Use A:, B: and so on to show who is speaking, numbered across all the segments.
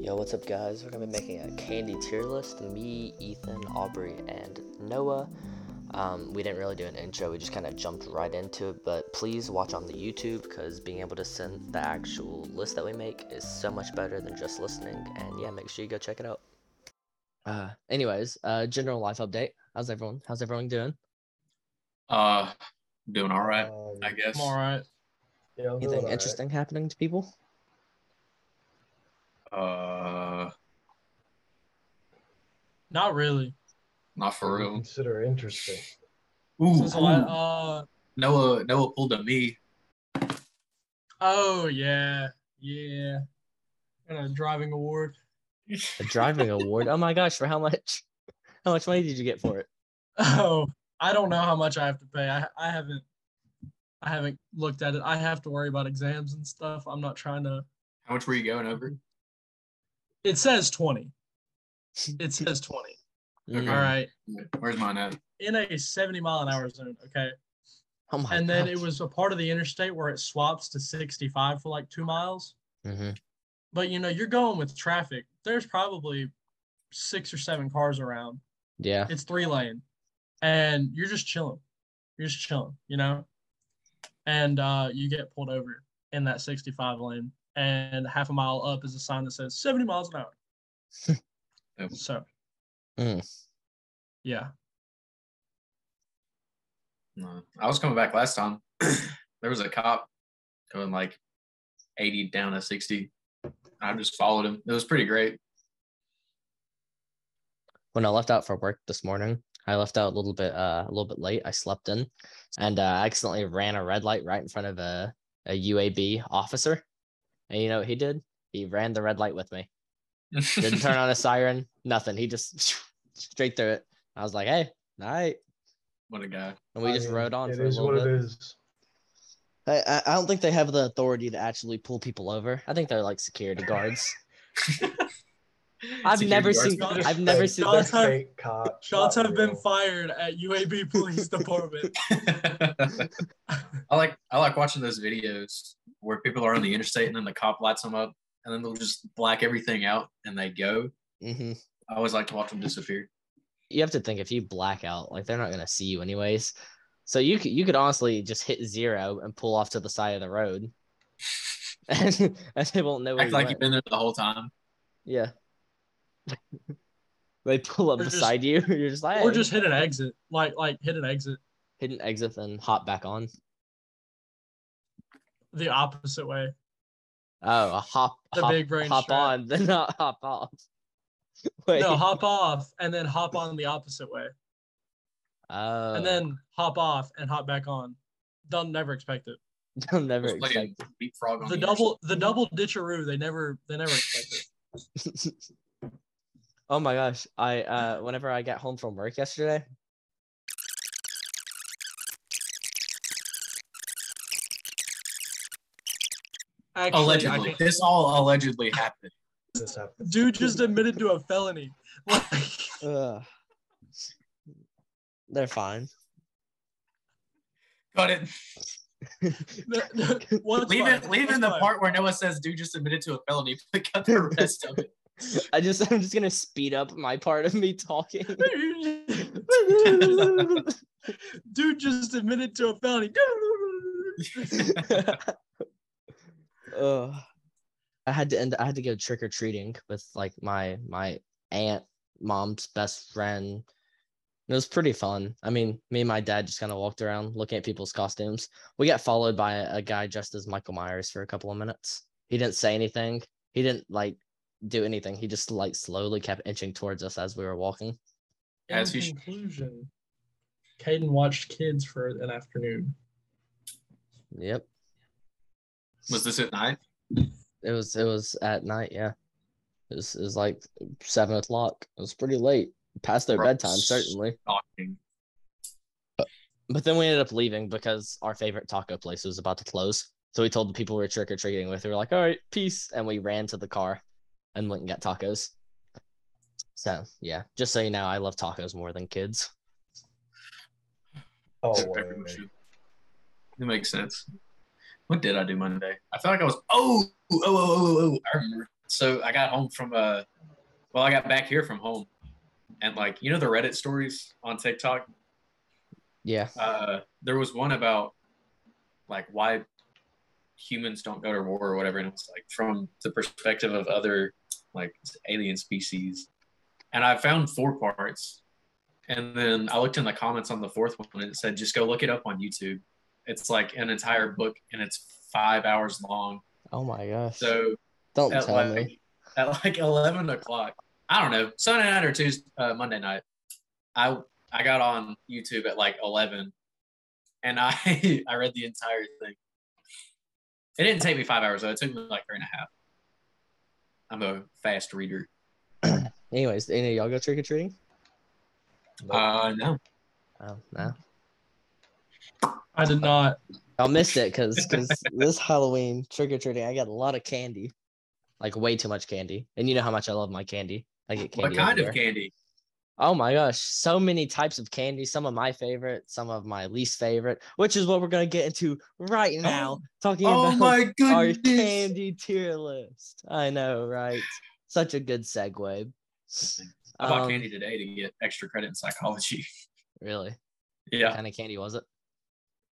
A: Yo, what's up, guys? We're gonna be making a candy tier list. Me, Ethan, Aubrey, and Noah. Um, we didn't really do an intro, we just kind of jumped right into it. But please watch on the YouTube because being able to send the actual list that we make is so much better than just listening. And yeah, make sure you go check it out. Uh, anyways, uh, general life update. How's everyone? How's everyone doing?
B: Uh, doing all right, I guess.
C: I'm all right.
D: Um, Yeah, I'm doing
A: Anything
D: alright.
A: interesting happening to people?
B: Uh,
C: Not really.
B: not for
D: You
B: real.
D: Consider interesting.
B: Ooh,
C: Since la- uh,
B: Noah, Noah pulled a me.
C: oh yeah, yeah. And a driving award.
A: A driving award? Oh my gosh! For how much? How much money did you get for it?
C: Oh, I don't know how much I have to pay. I, I haven't, I haven't looked at it. I have to worry about exams and stuff. I'm not trying to.
B: How much were you going over?
C: It says twenty. It says twenty.
A: Mm.
B: Okay.
C: All right,
B: Where's mine at?
C: in a seventy mile an hour zone. Okay,
A: Oh my
C: and then it
A: gosh.
C: was a part of the interstate where it swaps to sixty-five for like two miles.
A: Mhm.
C: But you know, you're going with traffic. There's probably six or seven cars around.
A: Yeah.
C: it's three lane and you're just chilling you're just chilling you know and uh, you get pulled over in that 65 lane and half a mile up is a sign that says 70 miles an hour
B: Yep.
C: so
A: Mm.
C: yeah
B: No. I was coming back last time. there was a cop going like 80 down to 60. I just followed him. It was pretty great.
A: when I left out for work this morning, I left out a little bit uh, a little bit late. I slept in and uh, I accidentally ran a red light right in front of a, a UAB officer. And you know what he did? He ran the red light with me. Didn't turn on a siren, nothing. He just straight through it. I was like, hey, all right.
B: what a guy.
A: And we
D: I
A: just
D: mean,
A: rode on
D: It
A: for a
D: is what
A: little
D: it
A: bit.
D: is.
A: I, I- I don't think they have the authority to actually pull people over. I think they're like security guards. I've
B: Security
A: never
B: guards.
A: seen
C: guards.
A: I've never
D: Fake-
A: seen this.
C: Guards. this.
D: fake cops.
C: shots
D: not
C: have been
D: real.
C: fired at uab police department
B: I like I like watching those videos where people are on the interstate and then the cop lights them up and then they'll just black everything out and they go.
A: hmm
B: I always like to watch them disappear.
A: you have to think if you black out, like they're not gonna see you anyways. So you could you could honestly just hit zero and pull off to the side of the road, and, and they won't know where
B: Act
A: you
B: like
A: went.
B: you've been there the whole time.
A: Yeah. they pull up
C: Or just-
A: beside you. You're just like,
C: or
A: "Hey,"
C: just hit an exit like like hit an exit
A: hit an exit and hop back on.
C: the opposite way
A: Oh, a hop,
C: The
A: hop,
C: big brain
A: hop
C: strat.
A: on, then not hop off. Wait,
C: no hop off and then hop on the opposite way
A: oh,
C: and then hop off and hop back on they'll never expect it
A: I'll never
B: Just
A: expect.
B: playing leapfrog on
C: the double the double ditcheroo they never they never expect it
A: oh my gosh! I uh, whenever I got home from work yesterday,
C: actually I
B: Allegedly,
C: think-
B: this all allegedly happened.
D: This happened.
C: dude just admitted to a felony like
A: Ugh. They're fine.
B: Cut it.
C: the- the- what's
B: Leave
C: fine,
B: it. Leave
C: what's
B: in the
C: fine.
B: part where Noah says, "Dude just admitted to a felony." But cut the rest of it.
A: I just I'm just gonna speed up my part of me talking.
C: dude just admitted to a felony
A: Ugh. I had to end I had to go trick or treating with like my my aunt, mom's best friend. It was pretty fun. I mean, me and my dad just kind of walked around looking at people's costumes. We got followed by a, a guy dressed as Michael Myers for a couple of minutes. He didn't say anything. He didn't like do anything. He just like slowly kept inching towards us as we were walking.
C: in
B: As he sh-
C: conclusion Caden watched kids for an afternoon
A: Yep.
B: Was this at night?
A: It was it was at night, yeah. It was, it was like seven o'clock. It was pretty late, past their
B: Gross.
A: bedtime certainly.
B: Shocking.
A: But then we ended up leaving because our favorite taco place was about to close. So we told the people we were trick or treating with, we were like, "All right, peace," and we ran to the car and went and got tacos. So yeah, just so you know, I love tacos more than kids.
D: Oh,
B: Very
D: wait.
B: much. It makes sense. What did I do Monday? I felt like I was. Oh, oh, oh, oh, oh, oh. I remember. so I got home from uh well, I got back here from home. And like, you know the Reddit stories on TikTok?
A: Yeah.
B: Uh there was one about like why humans don't go to war or whatever, and it was like from the perspective of other like alien species. And I found four parts. And then I looked in the comments on the fourth one and it said just go look it up on YouTube. It's like an entire book and it's five hours long.
A: Oh my gosh.
B: So
A: Don't
B: at
A: tell
B: like,
A: me.
B: at like 11 o'clock i don't know sunday night or tuesday uh, monday night i i got on youtube at like 11 and i i read the entire thing it didn't take me five hours though it took me like three and a half i'm a fast reader
A: Anyways, any of y'all go trick or treating?
B: uh no
A: Oh no.
C: I did not.
A: I missed it because this Halloween trick or treating I got a lot of candy, like way too much candy. And you know how much I love my candy. I get candy.
B: what kind
A: everywhere.
B: of candy
A: Oh my gosh, so many types of candy. Some of my favorite, some of my least favorite, which is what we're gonna get into right now. Talking
B: oh
A: about
B: my
A: our
B: goodness
A: candy tier list. I know, right? Such a good segue.
B: i bought
A: Um,
B: candy today to get extra credit in psychology
A: Really? What
B: yeah
A: kind of candy was it?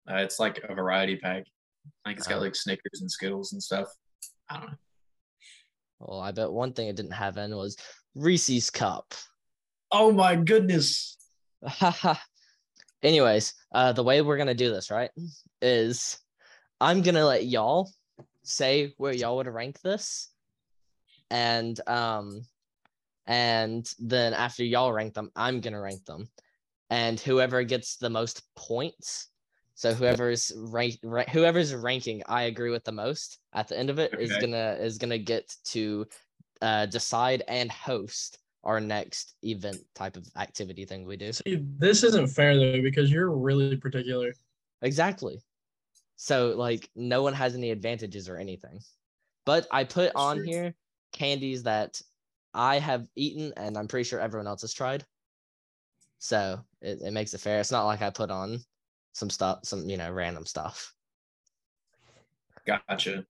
B: uh, it's like a variety pack i think it's got
A: Oh.
B: like snickers and skittles and stuff i don't know
A: Well, I bet one thing it didn't have in was Reese's cup.
B: Oh my goodness.
A: Anyways, uh, the way we're gonna do this, right, is I'm gonna let y'all say where y'all would rank this, and um, and then after y'all rank them, I'm gonna rank them, and whoever gets the most points, so whoever's rank, ra- whoever's ranking, I agree with the most at the end of it is
B: Okay.
A: gonna is gonna get to uh, decide and host our next event type of activity thing we do.
C: See, this isn't fair though because you're really particular.
A: Exactly. So like no one has any advantages or anything. But I put on
B: true.
A: here candies that I have eaten and I'm pretty sure everyone else has tried. So it, it makes it fair. It's not like I put on some stuff, some you know, random stuff.
B: Gotcha.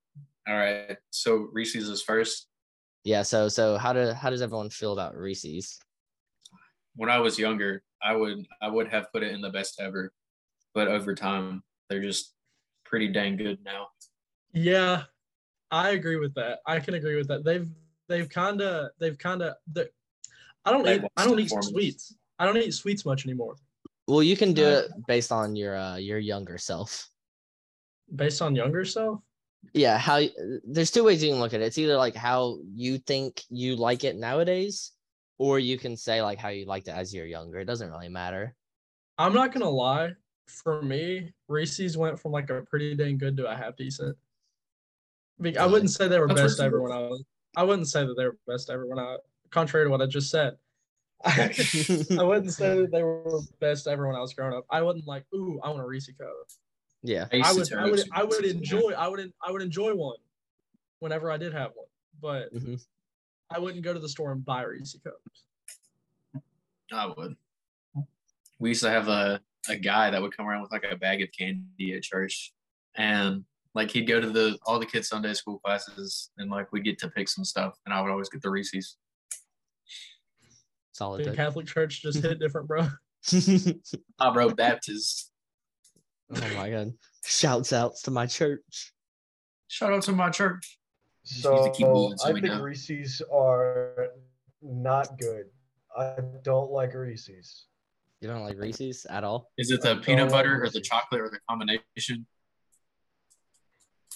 B: All right. So Reese's is first.
A: Yeah, so so how do how does everyone feel about Reese's?
B: When I was younger, I would I would have put it in the best ever. But over time, they're just pretty dang good now.
C: Yeah, I agree with that. I can agree with that. They've they've kind of they've kind of I don't
B: They've
C: eat I don't
B: lost
C: eat
B: performance.
C: sweets. I don't eat sweets much anymore
A: Well, you can do
B: Uh,
A: it based on your uh your younger self.
C: based on younger self.
A: yeah how y- there's two ways you can look at it it's either like how you think you like it nowadays or you can say like how you liked it as you're younger it doesn't really matter
C: I'm not gonna lie. For me, Reese's went from like a pretty dang good to a half decent. Be- I
A: Really?
C: wouldn't say they were
B: That's
C: best ever
B: reasonable.
C: when I was. I wouldn't say that they were best ever when I. Contrary to what I just said, I,
B: Hmm.
C: wouldn't say that they were best ever when I was growing up. I wasn't like, ooh, I want a Reese cup.
A: yeah
B: used
C: I
B: to
C: would,
B: tear
C: I
B: up
C: would,
B: some
C: I would
B: Reese's, man.
C: enjoy, I would, en- I would enjoy one, whenever I did have one. But
A: Mhm.
C: I wouldn't go to the store and buy a Reese cup.
B: I would. We used to have a, a guy that would come around with like a bag of candy at church. And like he'd go to the all the kids Sunday school classes and like we'd get to pick some stuff and I would always get the Reese's.
A: solid
C: The
A: pick.
C: Catholic Church just hit different, bro.
B: Ah, bro, Baptist.
A: oh my god shouts outs to my church
B: Shout out to my church. Just need to
D: So
B: keep moving so
D: I
B: we
D: think
B: know.
D: Reese's are not good. I don't like Reese's.
A: you don't like reese's at all
B: Is it the
D: Like,
B: peanut
D: oh,
B: butter or the
D: Reese's.
B: chocolate or the combination?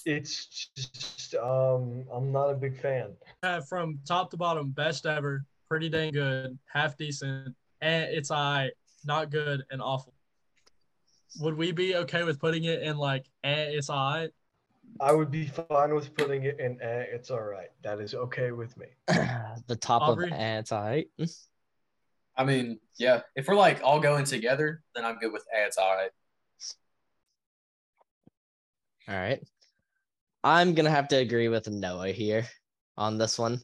D: It's just um, I'm not a big fan.
C: Uh, from top to bottom, best ever, pretty dang good, half decent, and it's I not good and awful. Would we be okay with putting it in like eh, it's I?
D: I would be fine with putting it in. Eh, it's all right. That is okay with me.
A: the top
C: Aubrey?
A: of anti
B: I mean, yeah. If we're like all going together, then I'm good with eh, it's all right.
A: All right. I'm gonna have to agree with Noah here on this one.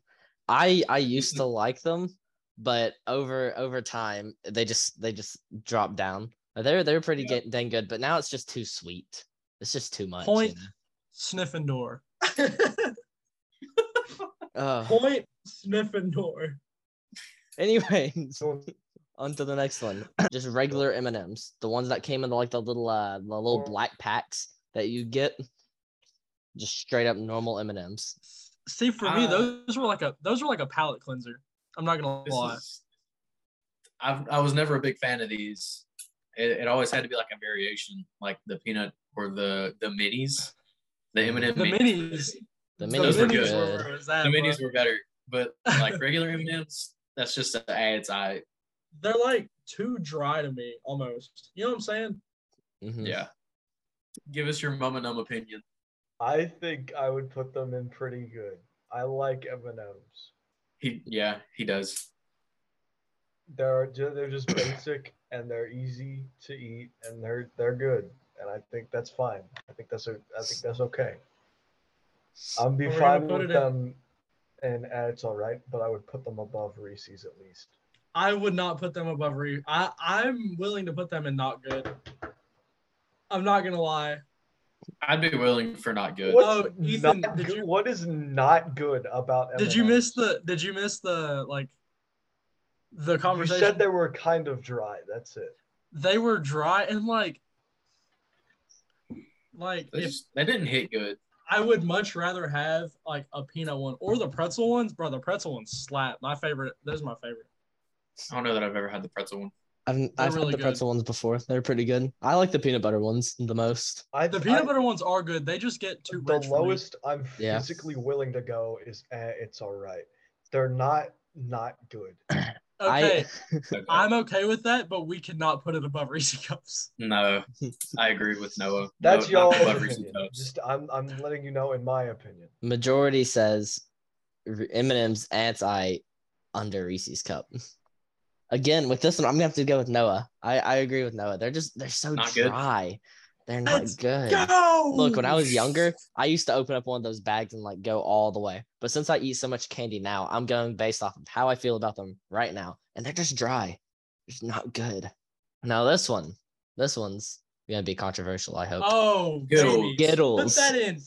A: I I used to like them, but over over time they just they just dropped down. They're they're pretty
B: Yeah.
A: ga- dang good, but now it's just too sweet. It's just too much. you
C: Point.
A: know?
C: Sniffendor.
A: Uh,
C: Point Sniffendor.
A: anyways,
D: So
A: on to the next one. Just regular M and M's, the ones that came in like the little uh the little black packs that you get. Just straight up normal M and M's.
C: See, for me,
B: Uh,
C: those were like a those were like a palate cleanser. I'm not gonna
B: This
C: lie.
B: is- I've, I was never a big fan of these. It, it always had to be like a variation, like the peanut or the the minis, the M and m
C: the minis,
A: The
C: the
A: minis
B: were
C: minis
B: good.
C: were where it was at,
B: The
C: bro.
B: minis were better, but like regular M and M's, that's just the ads. I
C: There- they're like too dry to me almost. You know what I'm saying?
A: Mhm.
B: yeah. Give us your mama num opinion.
D: I think I would put them in pretty good. I like M&Ms.
B: He yeah he does.
D: They're ju- they're just basic and they're easy to eat and they're they're good and I think that's fine. I think that's a I think that's okay. I'm be
C: Well, we're gonna
D: fine
C: put
D: with
C: it in-
D: them and it's all right, but I would put them above Reese's at least.
C: I would not put them above Reeves. I I'm willing to put them in not good. I'm not gonna lie.
B: I'd be willing for not good.
C: What? Oh,
D: What's
C: Ethan,
D: not
C: did
D: good-
C: you-
D: what is not good about M&Ms?
C: Did you miss the? Did you miss the like? The
D: You
C: conversation.
D: said they were kind of dry. That's it.
C: they were dry and like like
B: They
C: if
B: just- they didn't hit good.
C: I would much rather have like a peanut one or the pretzel ones, bro. The pretzel ones slap. My favorite. Those are my favorite.
B: I don't know that I've ever had the pretzel one.
A: I've, I've
C: really
A: had the
C: good.
A: pretzel ones before. They're pretty good. I like the peanut butter ones the most.
D: I
C: The
D: I-
C: peanut butter ones are good. They just get too
D: the
C: rich. for me.
D: lowest I'm
A: Yeah.
D: physically willing to go is eh, it's all right. They're not not good.
C: Okay,
B: Okay.
C: I, am okay with that, but we cannot put it above Reese's cups.
B: no, I agree with Noah.
D: That's
B: no,
D: y'all
B: not above Reese's
D: opinion.
B: Cups.
D: Just I'm I'm letting you know in my opinion.
A: Majority says Eminem's anti under Reese's cup. Again, with this one, I'm gonna have to go with Noah. I, I agree with Noah. They're just they're so
B: Not good.
A: dry. They're not
C: Let's
A: good.
C: Go.
A: Look, when I was younger, I used to open up one of those bags and like go all the way. But since I eat so much candy now, I'm going based off of how I feel about them right now. And they're just dry. It's not good. Now this one. This one's gonna be controversial, I hope.
C: Oh,
B: Skittles.
C: baby. Put
A: Skittles.
C: that in.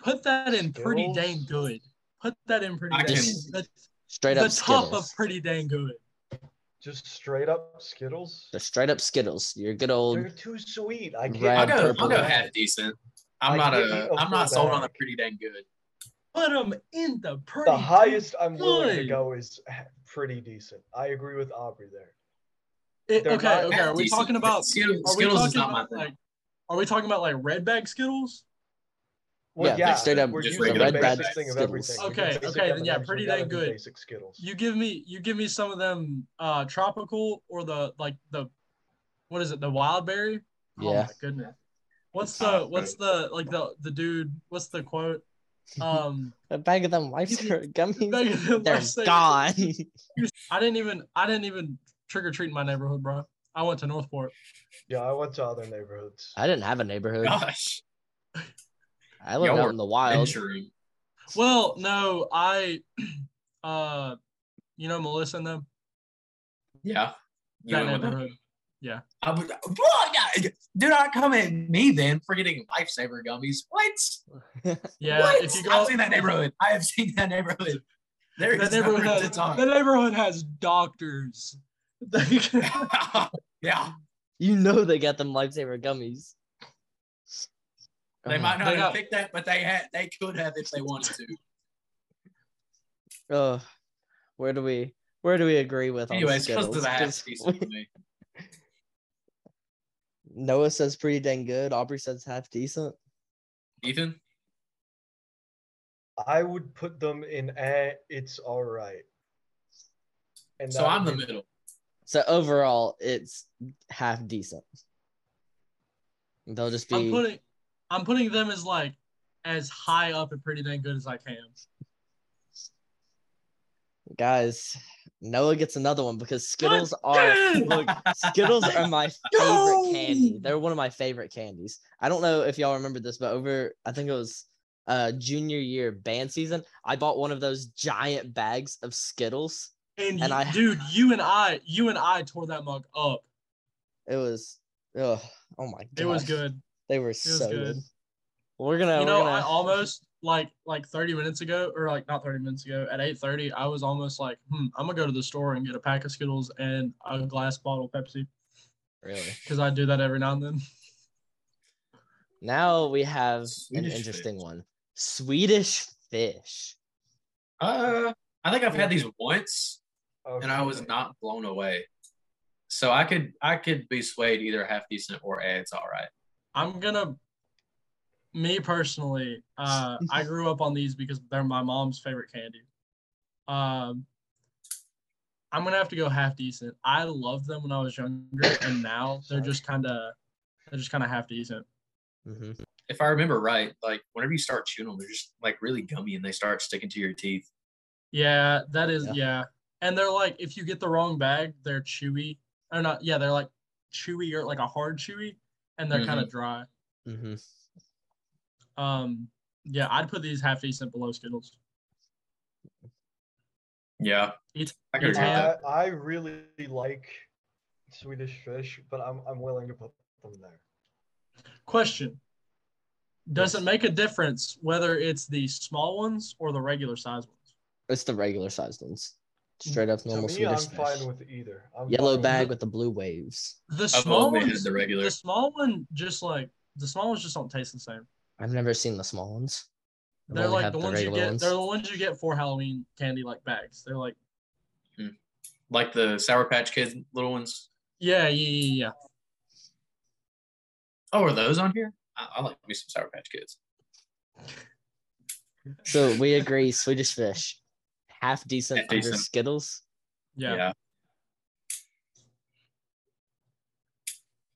C: Put that in pretty
D: Skittles?
C: dang good. Put that in pretty
B: I
C: dang.
A: can-
C: Good. The,
A: Straight
C: the
A: up
C: top
A: Skittles.
C: of pretty dang good.
D: Just straight up Skittles.
A: They're straight up Skittles. Your good old
D: They're too sweet. I can't.
B: I'll
A: Red,
B: go. I'll
A: purple.
B: go half decent.
D: I
B: I'm not
D: can't
B: a.
D: eat a
B: I'm not
D: full
B: sold on a
D: bag.
B: pretty dang good.
C: Put them in the pretty.
D: The
C: dang
D: highest I'm willing to
C: good.
D: go is eh, pretty decent. I agree with Aubrey there.
C: It-
D: They're
C: okay,
D: not
C: okay. Are we
B: Decent.
C: talking about?
B: Skittles?
C: Are we
B: Skittles is
C: talking
B: not my
C: about
B: thing.
C: like? Are we talking about like red bag Skittles?
D: Well,
A: Yeah,
D: yeah,
A: straight up
D: We're
B: just
D: using
B: regular
D: the
B: red
D: basic
B: bag
D: thing of
A: Skittles.
D: everything. We
C: Okay,
D: got basic
C: okay, then yeah,
D: M&Ms, we
C: pretty
D: gotta
C: dang
D: do
C: good.
D: Basic Skittles.
C: You give me, you give me some of them uh tropical or the like the, what is it? The wild berry. Oh
A: Yeah.
C: my goodness. What's the what's the like the the dude? What's the quote? Um,
A: a bag of them lifesaver gummies.
C: bag of them
A: They're
C: lifesavers.
A: gone.
C: I didn't even I didn't even trick or treat in my neighborhood, bro. I went to Northport.
D: Yeah, I went to other neighborhoods.
A: I didn't have a neighborhood.
B: Gosh,
A: I lived
B: Y'all
A: out
B: were
A: in the wild.
B: venturing.
C: Well, no, I, uh, you know Melissa and them.
B: Yeah. You
C: that
B: went with that?
C: neighborhood.
B: I would- Well, yeah, Do not come at me then for getting lifesaver gummies. What?
C: Yeah,
B: What?
C: if you
B: I've
C: go,
B: seen that neighborhood. I have seen that neighborhood. There
C: the
B: is no
C: neighborhood,
B: room
C: has,
B: to talk.
C: the neighborhood has doctors.
B: yeah,
A: you know they got them lifesaver gummies.
B: they
A: Oh,
B: might not
C: They
B: have
C: got-
B: picked that, but they had. They could have if they wanted to.
A: oh, where do we where do we agree with on
B: Anyways, because
A: Skittles?
B: of that,
A: 'Cause
B: decent to me.
A: Noah says pretty dang good. Aubrey says half decent.
B: Ethan,
D: I would put them in eh, it's all right. And uh,
B: so
D: that
B: I'm
D: would
B: the
D: be-
B: middle.
A: So overall, it's half decent. They'll just be
C: I'm putting, I'm putting them as like as high up and pretty dang good as I can.
A: guys. Noah gets another one because Skittles are
C: damn!
A: look, Skittles are my
C: Yo!
A: favorite candy. They're one of my favorite candies. I don't know if y'all remember this, but over I think it was uh junior year band season, I bought one of those giant bags of Skittles.
C: And,
A: And
C: you-
A: I-
C: dude, you and I, you and I tore that mug up.
A: It was ugh, oh my god.
C: It was good.
A: They were
C: was
A: so good.
C: good.
A: We're gonna we're
C: you know,
A: gonna-
C: I almost like like 30 minutes ago or like not 30 minutes ago at 8:30 I was almost like hmm I'm gonna go to the store and get a pack of Skittles and a glass bottle of Pepsi
A: Really.
C: because I do that every now and then
A: Now we have an
B: Swedish
A: interesting
B: fish.
A: one. Swedish fish.
B: Uh, I think I've had these once, and I was
D: Okay.
B: not blown away. So I could I could be swayed either half decent or eh, it's all right.
C: I'm gonna me personally uh, I grew up on these because they're my mom's favorite candy um I'm gonna have to go half decent I loved them when I was younger and now they're just kind of they're just kind of half decent
A: hmm
B: If I remember right, like whenever you start chewing them, they're just like really gummy and they start sticking to your teeth.
C: Yeah, that is
A: Yeah.
C: yeah. And they're like if you get the wrong bag, they're chewy. Or not yeah, they're like chewy or like a hard chewy and they're kind of dry.
A: hmm
C: Um yeah, I'd put these half decent below Skittles.
B: Yeah,
C: It's-
B: I could agree with that.
D: I, I really like Swedish fish, but I'm I'm willing to put them there.
C: Question. Does
A: Yes.
C: it make a difference whether it's the small ones or the regular size ones?
A: It's the regular sized ones. Straight up normal
D: to me, I'm
A: Swedish fish.
D: fine with either. I'm
A: Yellow
D: fine
A: bag
D: with
A: with the blue waves.
C: The
B: I've
C: small
B: only had
C: ones,
B: the regular.
C: the small one just like the small ones just don't taste the same.
A: I've never seen the small ones. I've
C: They're
A: only
C: like
A: had
C: the ones you
A: regular
C: get they're the ones you get for Halloween candy like bags. They're like
B: like the Sour Patch Kids little ones.
C: yeah, yeah, yeah, yeah.
B: Oh, are those on here? I, I like me some Sour Patch Kids.
A: So we agree Swedish fish. Half decent
B: Half
A: under
B: decent.
A: Skittles.
C: Yeah.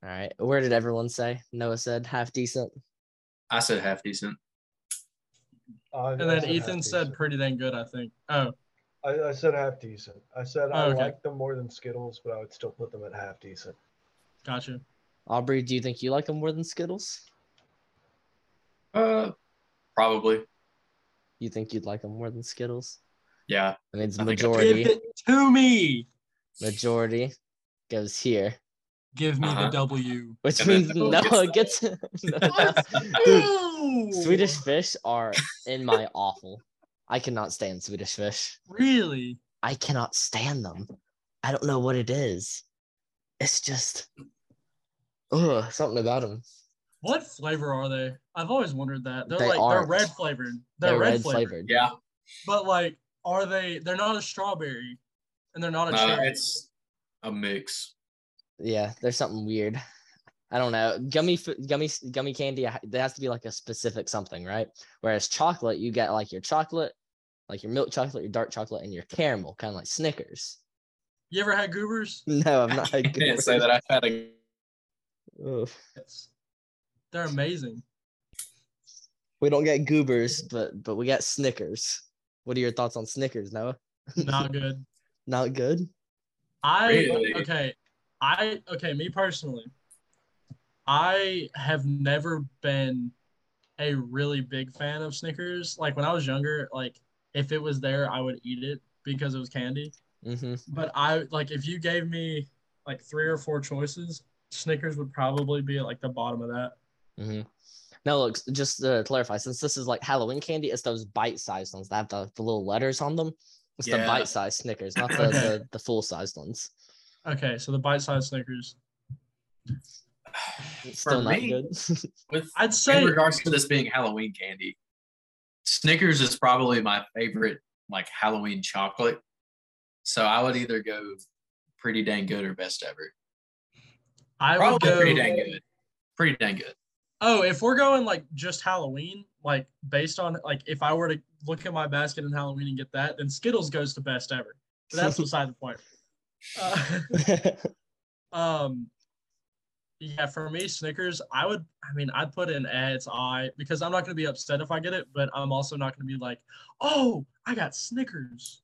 A: All right. Where did everyone say? Noah said half decent.
B: I said half decent.
D: I-
C: And
D: I
C: then
D: said
C: Ethan
D: half
C: said
D: decent.
C: pretty dang good, I think. Oh,
D: I, I said half decent. I said I
C: Oh, okay.
D: like them more than Skittles, but I would still put them at half decent.
C: gotcha.
A: Aubrey, do you think you like them more than Skittles?
B: Uh, probably.
A: You think you'd like them more than Skittles?
B: Yeah.
A: I mean, it's
B: I think I-
A: majority.
C: to me.
A: majority goes here,
C: Give
B: me the Uh-huh.
C: W.
A: which
B: And then
A: means
B: Noah
A: Noah gets Dude, Swedish fish are in my awful. I cannot stand Swedish fish.
C: Really?
A: I cannot stand them. I don't know what it is. It's just ugh, something about them.
C: What flavor are they? I've always wondered that. They're
A: They
C: like
A: aren't.
C: they're red flavored. They're,
A: They're,
C: red,
A: red
C: flavored.
A: flavored.
B: Yeah.
C: But like, are they? They're not a strawberry, and they're not a
B: No,
C: cherry.
B: Uh, it's a mix.
A: Yeah, there's something weird. I don't know. Gummy, f- gummy, gummy candy. I- There has to be like a specific something, right? Whereas chocolate, you get like your chocolate, like your milk chocolate, your dark chocolate, and your caramel, kind of like Snickers.
C: You ever had goobers?
A: No, I'm not.
B: I can't say that I've had a.
A: Ugh.
C: It's- They're amazing.
A: We don't get goobers, but but we got Snickers. What are your thoughts on Snickers, Noah?
C: Not good.
A: Not good.
C: I
B: Really?
C: okay. I okay, me personally. I have never been a really big fan of Snickers. Like when I was younger, like if it was there, I would eat it because it was candy.
A: Mm-hmm.
C: But I like if you gave me like three or four choices, Snickers would probably be at like the bottom of that.
A: Mm-hmm. No, look, just uh, to clarify, since this is like Halloween candy, it's those bite-sized ones that have the, the little letters on them. It's the
B: Yeah.
A: bite-sized Snickers, not the,
C: Okay.
A: the, the full-sized ones.
C: Okay, so the bite-sized Snickers.
A: It's
B: For
A: still not
B: me,
A: good.
B: With
C: I'd
B: in
C: say
B: regards to this being Halloween candy, Snickers is probably my favorite like Halloween chocolate. So I would either go pretty dang good or best ever.
C: I would
B: Probably
C: go.
B: pretty dang good. Pretty dang good.
C: Oh, if we're going like just Halloween, like based on like if I were to look at my basket in Halloween and get that, then Skittles goes to best ever. But that's beside the point. Uh, um, yeah, for me, Snickers, I would. I mean, I'd put in eh, it's I because I'm not gonna be upset if I get it, but I'm also not gonna be like, oh, I got Snickers.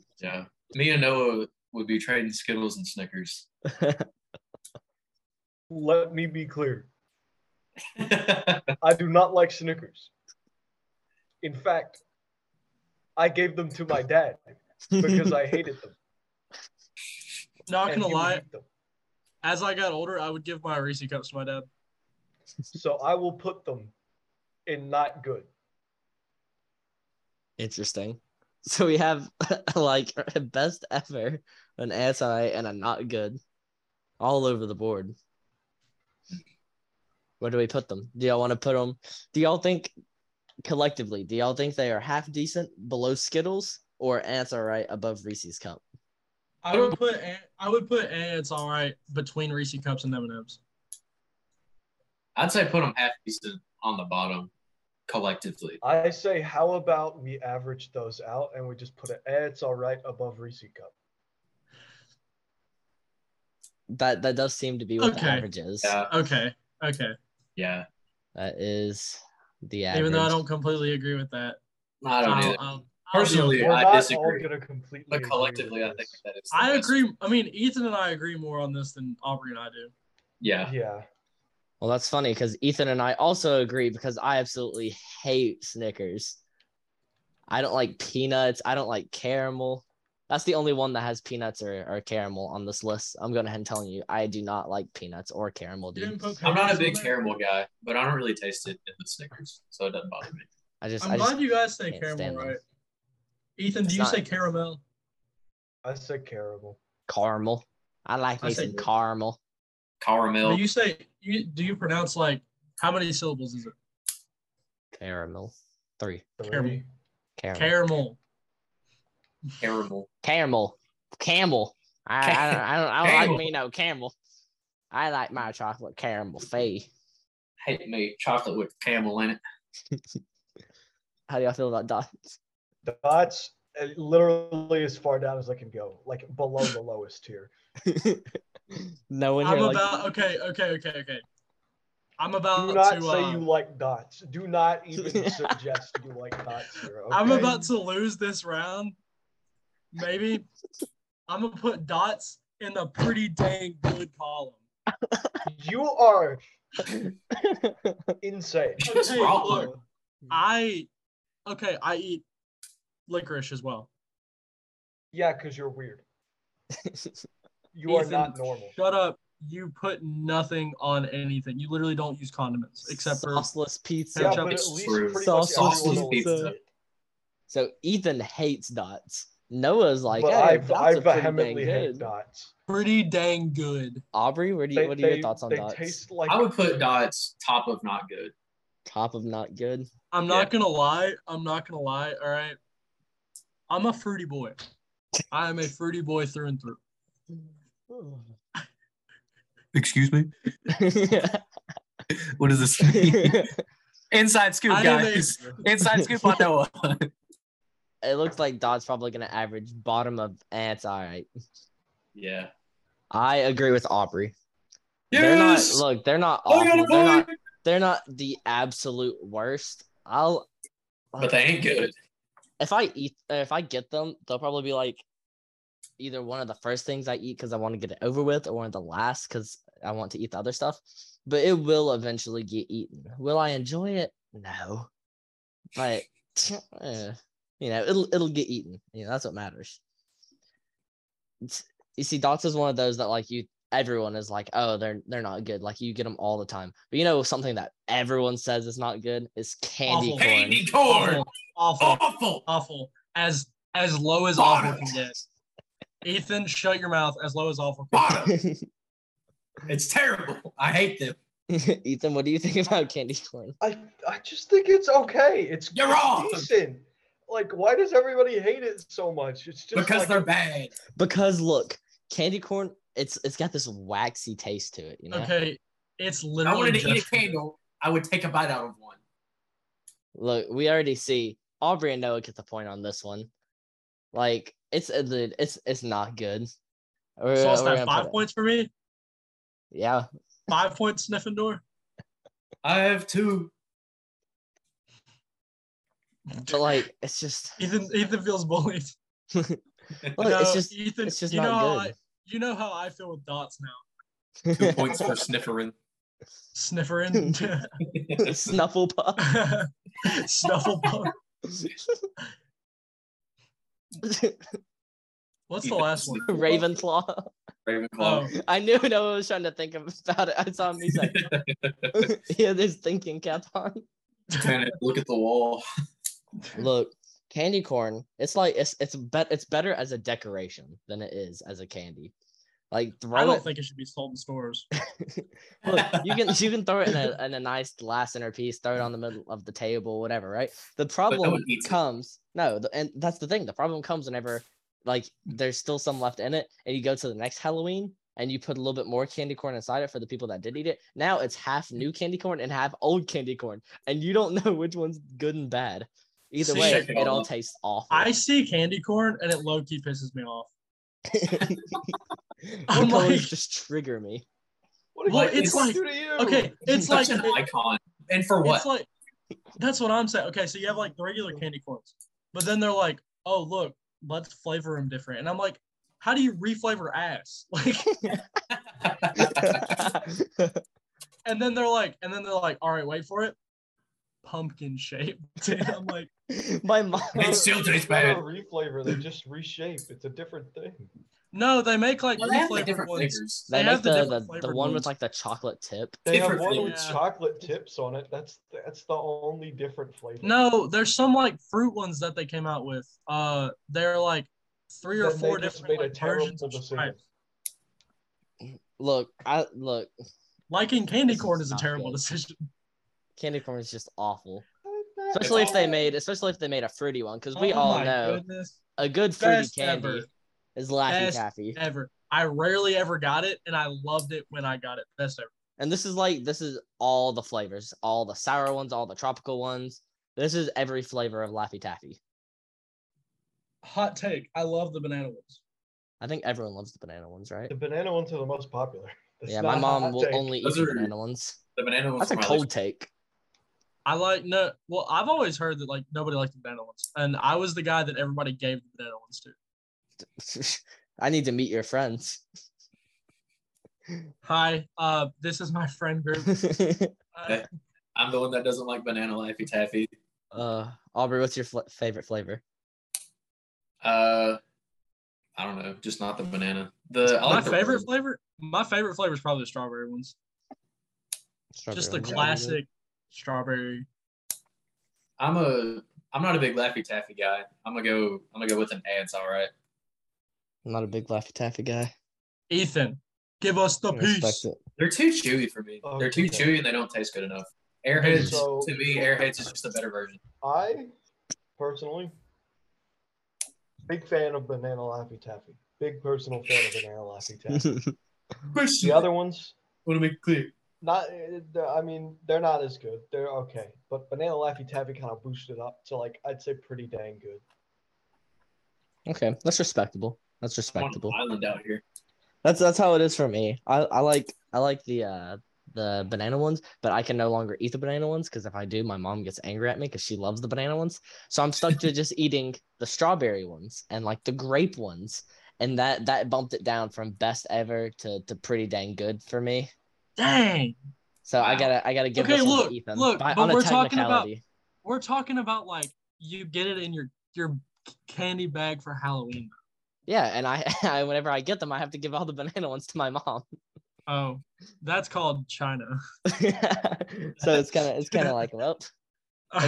B: Yeah. Me and Noah would be trading Skittles and Snickers.
D: Let me be clear.
B: That's
D: I do not like Snickers. In fact, I gave them to my dad because I hated them.
C: Not
D: and
C: gonna
D: he would
C: lie,
D: eat them.
C: as I got older, I would give my Reese cups to my dad.
D: So I will put them in not good.
A: Interesting. So we have like best ever, an anti, and a not good, all over the board. Where do we put them? Do y'all want to put them? Do y'all think collectively? Do y'all think they are half decent, below Skittles, or ants all right above Reese's Cup?
C: I would put Ant- I would put ants all right between Reese cups and M and M's.
B: I'd say put them half decent on the bottom collectively.
D: I say, how about we average those out and we just put an eh, it's all right above Reese Cup.
A: That that does seem to be what
C: Okay.
A: the average is.
B: Yeah,
C: Okay, okay.
B: yeah.
A: That is the average.
C: Even though I don't completely agree with that, Um,
B: I don't
C: I'll-
B: either.
C: I'll- I'll be
B: Personally,
D: We're
B: I
D: not
B: disagree,
D: all going to completely.
B: but
D: agree
B: collectively,
D: with
B: I think
D: this.
B: that is. the
C: I
B: best.
C: agree. I mean, Ethan and I agree more on this than Aubrey and I do.
B: Yeah,
D: Yeah.
A: Well, that's funny because Ethan and I also agree because I absolutely hate Snickers. I don't like peanuts. I don't like caramel. That's the only one that has peanuts or, or caramel on this list. I'm going ahead and telling you, I do not like peanuts or caramel,
C: You didn't
A: dude.
C: put
B: I'm not a
C: peanuts on
B: big
C: there?
B: caramel guy, but I don't really taste it in the Snickers, so it doesn't bother me.
A: I just,
C: I'm
A: I
C: glad
A: just,
C: you guys say
A: can't
C: caramel,
A: stand them.
C: right? Ethan,
A: It's
C: do you
A: not-
C: say caramel?
D: I said caramel.
A: caramel. I like
C: I
A: me
C: say
A: some
C: good.
A: caramel.
B: Caramel.
C: But you say you do you pronounce like how many syllables is it?
A: Caramel. Three.
D: Three.
C: Caramel.
A: Caramel.
C: Caramel.
B: caramel.
A: caramel. Camel. I, I, don't, I don't, I don't
B: Camel.
A: like me no camel. I like my chocolate caramel fee.
B: Hate me. Chocolate with camel in it.
A: How do y'all feel about dots?
D: Dots uh, literally as far down as I can go, like below the lowest tier.
A: no one
C: I'm
A: here like
C: about okay, okay, okay, okay. I'm about
D: Do not
C: to
D: say
C: uh,
D: you like dots. Do not even suggest you like dots here. Okay?
C: I'm about to lose this round. Maybe I'm gonna put dots in the pretty dang good column.
D: You are insane.
B: What's wrong?
C: look. I okay, I eat licorice as well.
D: Yeah, because you're weird. You are
C: Ethan,
D: not normal.
C: Shut up. You put nothing on anything. You literally don't use condiments except for
A: sauceless pizza.
D: Yeah,
C: ketchup
D: but at
C: is
D: least
B: true.
D: pretty much
A: Sausage
D: everyone
B: pizza.
D: will eat it.
A: So Ethan hates dots. Noah's like,
D: but
A: hey,
D: I,
A: dots
D: I
A: are pretty dang
D: vehemently hate
A: good.
D: dots.
C: pretty dang good.
A: Aubrey, what do you,
D: They-
A: what are your
D: they-
A: thoughts on
D: they
A: dots?
D: Taste like
B: I would put dots top of not good.
A: Top of not good.
C: I'm not gonna lie. I'm not gonna lie. All right. I'm a fruity boy. I am a fruity boy through and through.
B: Excuse me. What is this?
A: it
B: Inside scoop,
C: I am a,
B: Inside scoop on Noah.
A: looks like Dot's probably gonna average bottom of eh, it's all right.
B: Yeah.
A: I agree with Aubrey. They're not look, they're not
B: Oh,
A: awful. They're not they're not the absolute worst. I'll
B: But they ain't good.
A: if I eat if I get them, they'll probably be like either one of the first things I eat because I want to get it over with, or one of the last because I want to eat the other stuff. But it will eventually get eaten. Will I enjoy it? No. But eh, you know, it'll it'll get eaten. You know, that's what matters. It's- you see, Dots is one of those that like you everyone is like, oh, they're they're not good. Like you get them all the time. But you know something that everyone says is not good is candy
C: Awful.
A: corn.
B: Candy corn.
C: awful, awful,
B: Awful.
C: awful. As as low as awful can get. Ethan, shut your mouth. As low as awful. Can get.
B: Bottom. It's terrible. I hate them.
A: Ethan, what do you think about candy corn?
D: I, I just think it's okay. It's
B: You're
D: it's
B: wrong.
D: decent. Like, why does everybody hate it so much? It's just
B: Because
D: like-
B: they're bad.
A: Because look, candy corn, it's it's got this waxy taste to it, you know.
C: Okay, it's
B: If I
C: literally.
B: wanted to eat
C: just-
B: a candle, I would take a bite out of one.
A: Look, we already see Aubrey and Noah get the point on this one. Like it's uh, dude, it's it's not good. We're-
C: So it's
A: we're gonna put
C: that five
A: it-
C: points for me.
A: Yeah,
C: Five points, Sniffendor.
B: I have two.
A: but like it's just
C: Ethan, Ethan feels bullied.
A: look,
C: No,
A: it's just
C: Ethan,
A: it's just
C: you know
A: not
C: how
A: good.
C: I, you know how I feel with dots now.
B: Two points for sniffering.
C: Sniffering,
A: Snuffle pop.
C: snuffle bug. What's the last one?
A: Ravenclaw.
B: Ravenclaw.
C: Oh,
A: I knew Noah was trying to think about it. I saw him. He's like, he had his thinking cap on.
B: Kinda look at the wall.
A: Look, candy corn it's like it's it's bet it's better as a decoration than it is as a candy like throw
C: I don't
A: it
C: think it should be sold in stores.
A: Look, you can you can throw it in a, in a nice glass centerpiece, throw it on the middle of the table, whatever, right? The problem
B: one eats it.
A: comes no, the, and that's the thing. The problem comes whenever like there's still some left in it, and you go to the next Halloween and you put a little bit more candy corn inside it for the people that did eat it. Now it's half new candy corn and half old candy corn, and you don't know which one's good and bad. Either
B: So
A: way,
B: shake it
A: it
B: all
A: all
B: up.
A: tastes awful.
C: I see candy corn and it low key pisses me off.
A: The
C: I'm
A: colors
C: like-
A: just trigger me.
D: What did
B: Well,
D: candy
B: it's
D: corn
C: like-
D: do to you?
C: Okay, it's like
B: Such an
C: it-
B: icon. And for what?
C: It's like that's what I'm saying. Okay, so you have like the regular candy corns, but then they're like, oh look, let's flavor them different, and I'm like, how do you reflavor ass? Like, and then they're like, and then they're like, all right, wait for it, pumpkin shape. I'm like,
A: My mom.
B: It still tastes
D: It's not a
B: bad.
D: reflavor. They just reshape. It's a different thing.
C: no, they make like
B: Well, they have like
C: reflavored
B: different
C: ones.
B: flavors.
A: They,
C: They
A: make
C: have the
A: the,
C: different
A: the, the
C: flavored
A: one with
C: ones.
A: like the chocolate tip.
D: They have
B: Different
D: one with
C: flavors.
D: chocolate tips on it. That's that's the only different flavor.
C: No, there's some like fruit ones that they came out with. Uh, they're like three or
D: Then
C: four
D: they just
C: different
D: made a
C: like, versions
D: terrible
C: of
D: decision.
C: stripes.
A: Look, I look,
C: Liking candy
A: This
C: corn
A: is
C: is a
A: not
C: terrible
A: good.
C: decision.
A: candy corn is just awful.
D: That's
A: Especially if they
D: all.
A: made, especially if they made a fruity one, because we
C: Oh
A: all
C: my
A: know
C: goodness.
A: a good fruity
C: Best
A: candy
C: ever.
A: is Laffy
C: Best
A: Taffy.
C: ever. I rarely ever got it, and I loved it when I got it. Best ever.
A: And this is like this is all the flavors, all the sour ones, all the tropical ones. This is every flavor of Laffy Taffy.
C: Hot take. I love the banana ones.
A: I think everyone loves the banana ones, right?
D: The banana ones are the most popular. It's
A: Yeah, my
D: not a
A: mom
D: hot
A: will
D: take.
A: only eat
B: Those
A: the
B: are-
A: banana ones.
B: The banana ones.
A: That's a
B: are my
A: cold take.
C: I like no. Well, I've always heard that like nobody liked the banana ones, and I was the guy that everybody gave the banana ones to.
A: I need to meet your friends.
C: Hi, uh, this is my friend group. Uh,
B: I'm the one that doesn't like banana Laffy Taffy.
A: uh, Aubrey, what's your fl- favorite flavor?
B: Uh, I don't know, just not the banana. The I
C: my
B: like the
C: favorite
B: orange.
C: flavor. My favorite flavor is probably the strawberry ones. Just the
A: Strawberry.
C: classic strawberry.
B: I'm a I'm not a big Laffy Taffy guy. I'm gonna go I'm gonna go with an A. It's all right.
A: I'm not a big Laffy Taffy guy.
C: Ethan, give us the
A: I respect
C: piece.
A: it.
B: They're too chewy for me. They're too
D: Oh, Okay.
B: chewy and they don't taste good enough. Airheads
D: So-
B: to me, Airheads is just a better version.
D: I personally, big fan of banana Laffy Taffy. Big personal fan of banana Laffy Taffy.
B: Question.
D: the other ones,
B: want to make clear.
D: not. eh, they're- I mean, they're not as good. They're okay, but banana Laffy Taffy kind of boosted up to like I'd say pretty dang good.
A: okay, that's respectable. That's
B: I'm on an
A: respectable.
B: island out here.
A: That's that's how it is for me. I, I like I like the uh the banana ones, but I can no longer eat the banana ones because if I do, my mom gets angry at me because she loves the banana ones. So I'm stuck to just eating the strawberry ones and like the grape ones, and that that bumped it down from best ever to to pretty dang good for me.
C: Dang.
A: So I
B: Wow.
A: gotta I gotta give
C: Okay,
A: this one
C: look,
A: to Ethan.
C: look,
A: by-
C: but
A: on a
C: we're talking about-
A: technicality.
C: we're talking about like you get it in your your candy bag for Halloween.
A: Yeah, and I, I whenever I get them, I have to give all the banana ones to my mom.
C: Oh, that's called China.
A: so it's kind of it's kind of like well,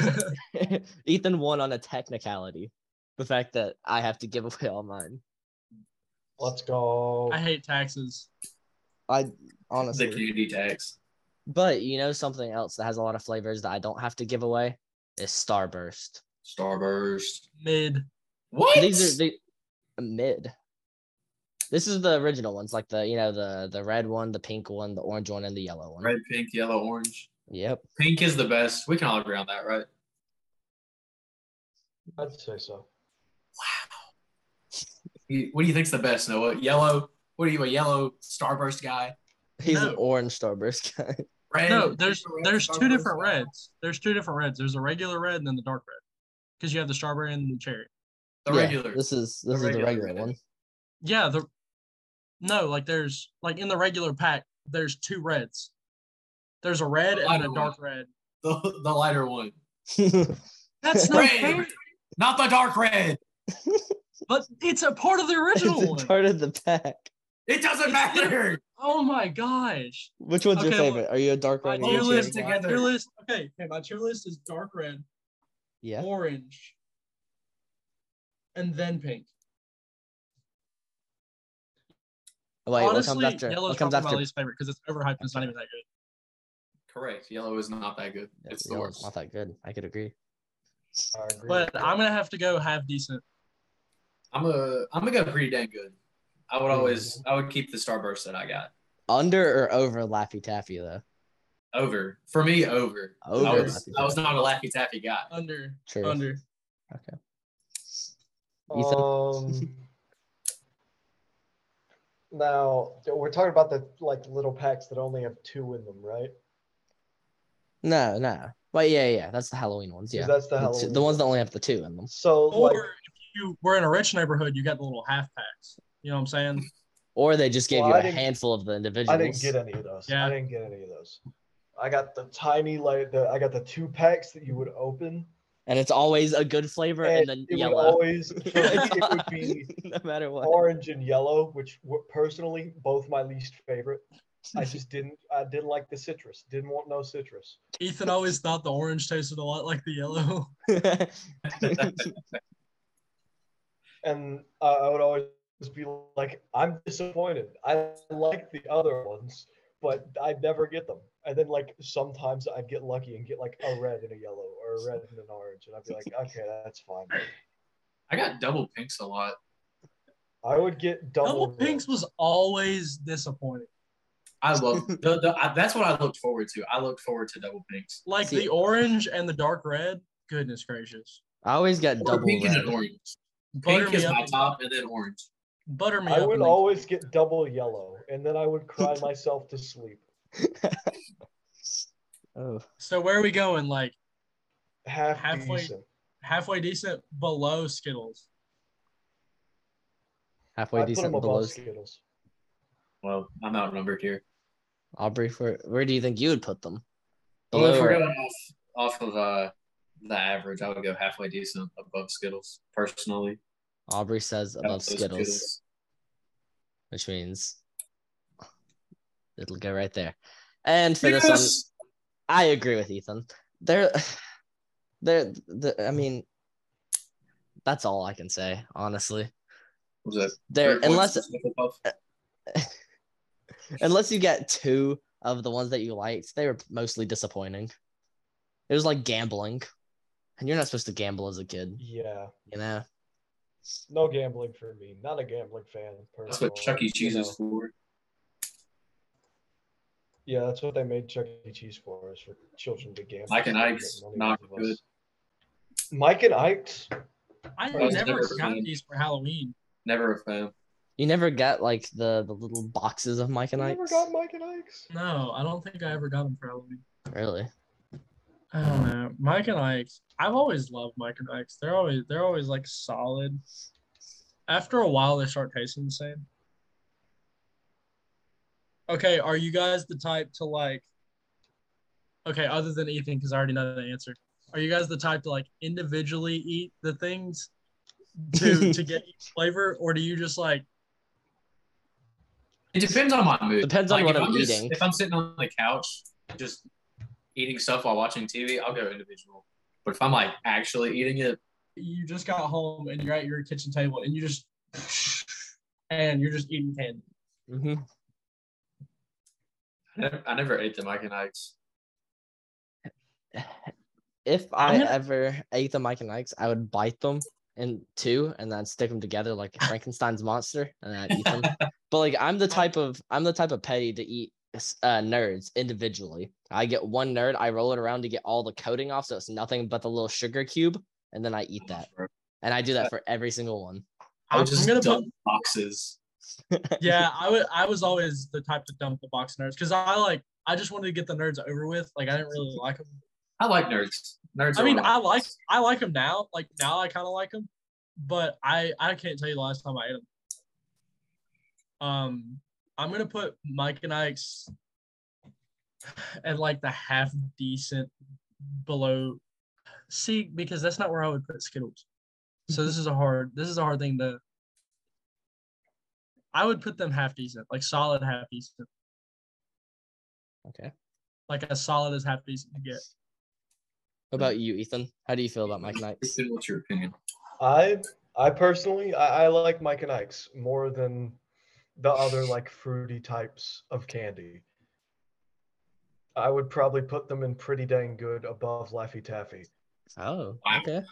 A: Ethan won on a technicality, the fact that I have to give away all mine.
D: Let's go.
C: I hate taxes.
A: I
B: The
A: honestly,
B: community tax.
A: but you know something else that has a lot of flavors that I don't have to give away is Starburst.
B: Starburst.
C: Mid.
B: What?
A: These are the mid. This is the original ones, like the you know the the red one, the pink one, the orange one, and the yellow one.
B: red, pink, yellow, orange.
A: Yep.
B: Pink is the best. We can all agree on that, right?
D: I'd say so.
B: You- What do you think's the best, Noah? Yellow. What are you, a yellow starburst guy?
A: He's
C: No.
A: an orange Starburst guy.
B: Red.
C: No, there's
B: Red
C: there's two
B: Starburst
C: different
B: guy?
C: reds. There's two different reds. There's a regular red and then the dark red. Because you have the strawberry and the cherry.
B: The
A: Yeah,
B: regular.
A: This is this is
B: regular
A: the regular
B: red.
A: one.
C: Yeah, the no, like there's like in the regular pack, there's two reds. There's a red and
B: Lighter
C: a
B: one.
C: dark red.
B: The, the lighter one.
C: That's not fair.
B: Red. Not the dark red.
C: But it's a part of the original
A: it's
C: one.
A: a part of the pack.
B: It doesn't
C: It's
B: matter.
C: oh my gosh.
A: Which one's your
C: Okay, well,
A: favorite? Are you a dark
C: My
A: red?
B: Well,
C: tier
A: or
B: let's
C: list,
A: a
B: do-
A: cherry?
C: my
B: together.
C: tier list. Okay, okay, my tier list is dark red,
A: Yeah.
C: orange, and then pink.
A: Wait,
C: Honestly,
A: what comes after?
C: yellow's
A: What comes
C: probably my
A: after?
C: least favorite because it's overhyped. and It's not even that good.
B: Correct. Yellow is not that good.
A: Yeah,
B: It's the
A: yellow's
B: worst.
A: Not that good. I could agree.
D: I agree
C: But
D: with you.
C: I'm gonna have to go half decent.
B: I'm a I'm gonna go pretty dang good. I would
A: Mhm.
B: always I would keep the starburst that I got.
A: Under or over Laffy Taffy though?
B: Over. For me, over. I
A: Over
B: was,
A: Laffy
B: I was not a Laffy Taffy guy.
C: Under,
A: True.
C: under.
D: Um, now we're talking about the like little packs that only have two in them, right?
A: No, no. Wait, yeah, yeah. That's the Halloween ones.
D: 'Cause
A: Yeah,
D: that's the
A: The two-
D: Halloween.
A: the ones that only have the two in them.
D: So
C: Or
D: like,
C: if you were in a rich neighborhood, you got the little half packs. You know what I'm saying?
A: Or they just gave
D: Well,
A: you
D: I
A: a
D: didn't-
A: handful of the individuals.
D: I didn't get any of those.
C: Yeah.
D: I didn't get any of those. I got the tiny like the I got the two packs that you would open,
A: And it's always a good flavor and,
D: and,
A: then
D: it would
A: yellow.
D: always for me, it would be
A: no matter what.
D: orange and yellow, which were personally both my least favorite. I just didn't I didn't like the citrus. Didn't want no citrus.
C: Ethan always thought the orange tasted a lot like the yellow.
D: and uh, I would always be like, "I'm disappointed. I like the other ones, but I never get them." And then like sometimes I'd get lucky and get like a red and a yellow or a red and an orange, and I'd be like, "Okay, that's fine."
B: I got double pinks a lot.
D: I would get double,
C: Double
D: red.
C: pinks was always disappointing.
B: I love the, the, I, that's what I looked forward to. I looked forward to double pinks.
C: Like
A: See-
C: the orange and the dark red. Goodness gracious.
A: I always got
B: Or
A: double
B: pink
A: red.
B: and an orange.
C: Butter
B: Pink
C: me
B: is
C: up.
B: my top, and then orange.
C: Butter me
D: I
C: up.
D: would
C: Ethan.
D: always get double yellow, and then I would cry myself to sleep.
A: Oh,
C: So where are we going? Like
D: Half
C: Halfway-
D: decent.
C: halfway decent below Skittles.
A: halfway
D: I put
A: decent
D: them
A: below.
D: above Skittles.
B: Well, I'm outnumbered here.
A: Aubrey, where, where do you think you would put them?
B: Well,
A: Below
B: if
A: or-
B: we're going off, off of uh, the average, I would go halfway decent above Skittles personally.
A: Aubrey says above
B: Those
A: Skittles, which means it'll go right there. And for this
B: Yes!
A: one, I agree with Ethan. They're, they're, the, I mean, that's all I can say, honestly.
B: Was that
A: They're,
B: three points
A: unless,
B: for Sniffle Puff?
A: unless you get two of the ones that you liked, they were mostly disappointing. It was like gambling, and you're not supposed to gamble as a kid,
D: Yeah,
A: you know.
D: no gambling for me. Not a gambling fan. Personally.
B: that's what Chuck E. Cheese
D: You
B: is
D: know.
B: for.
D: Yeah, that's what they made Chuck E. Cheese for, is for children to gamble.
B: Mike and
D: Get
B: Ike's,
D: money
B: not
D: off of us. Mike and Ike's,
C: I
B: Well,
C: never
B: never
C: got
B: seen.
C: these for Halloween.
B: Never a fan.
A: You never got like the the little boxes of Mike
D: you
A: and
D: never
A: Ike's,
D: got Mike and Ike's.
C: No, I don't think I ever got them for Halloween.
A: really.
C: I don't know. Uh, Mike and Ike's. I've always loved Mike and Ike's. They're always they're always like solid. After a while, they start tasting the same. Okay, are you guys the type to like? Okay, other than Ethan, because I already know the answer. Are you guys the type to like individually eat the things to to get each flavor, or do you just like?
B: It depends on my mood.
A: Depends on what
B: if
A: I'm
B: just-
A: eating.
B: If I'm sitting on the couch, just eating stuff while watching TV, I'll go individual. But if I'm like actually eating it,
C: you just got home and you're at your kitchen table and you just and you're just eating candy.
A: Mm-hmm.
B: I never, I never ate the Mike and Ike's.
A: If I
C: I'm gonna-
A: ever ate the Mike and Ike's, I would bite them in two and then stick them together like Frankenstein's monster, and then I'd eat them. but like, I'm the type of I'm the type of petty to eat uh, nerds individually. I get one nerd, I roll it around to get all the coating off, so it's nothing but the little sugar cube, and then I eat that, and I do that for every single one.
B: I
C: I'm,
B: was just
C: gonna
B: dump
C: put
B: boxes.
C: yeah, I would I was always the type to dump the box nerds because I like I just wanted to get the nerds over with. Like I didn't really like them.
B: I like nerds. Nerds.
C: I
B: are
C: mean,
B: one of
C: I
B: my-
C: like I like them now. Like now, I kind of like them, but I I can't tell you the last time I ate them. Um, I'm gonna put Mike and Ike's at like the half decent below. See, because that's not where I would put Skittles. So this is a hard this is a hard thing to. I would put them half decent, like solid half decent,
A: Okay.
C: like as solid as half decent to get.
A: What about you, Ethan? How do you feel about Mike and Ike's?
B: Ethan, What's your opinion?
D: I I personally, I, I like Mike and Ike's more than the other like fruity types of candy. I would probably put them in pretty dang good above Laffy Taffy.
A: Oh,
B: Wow.
A: okay.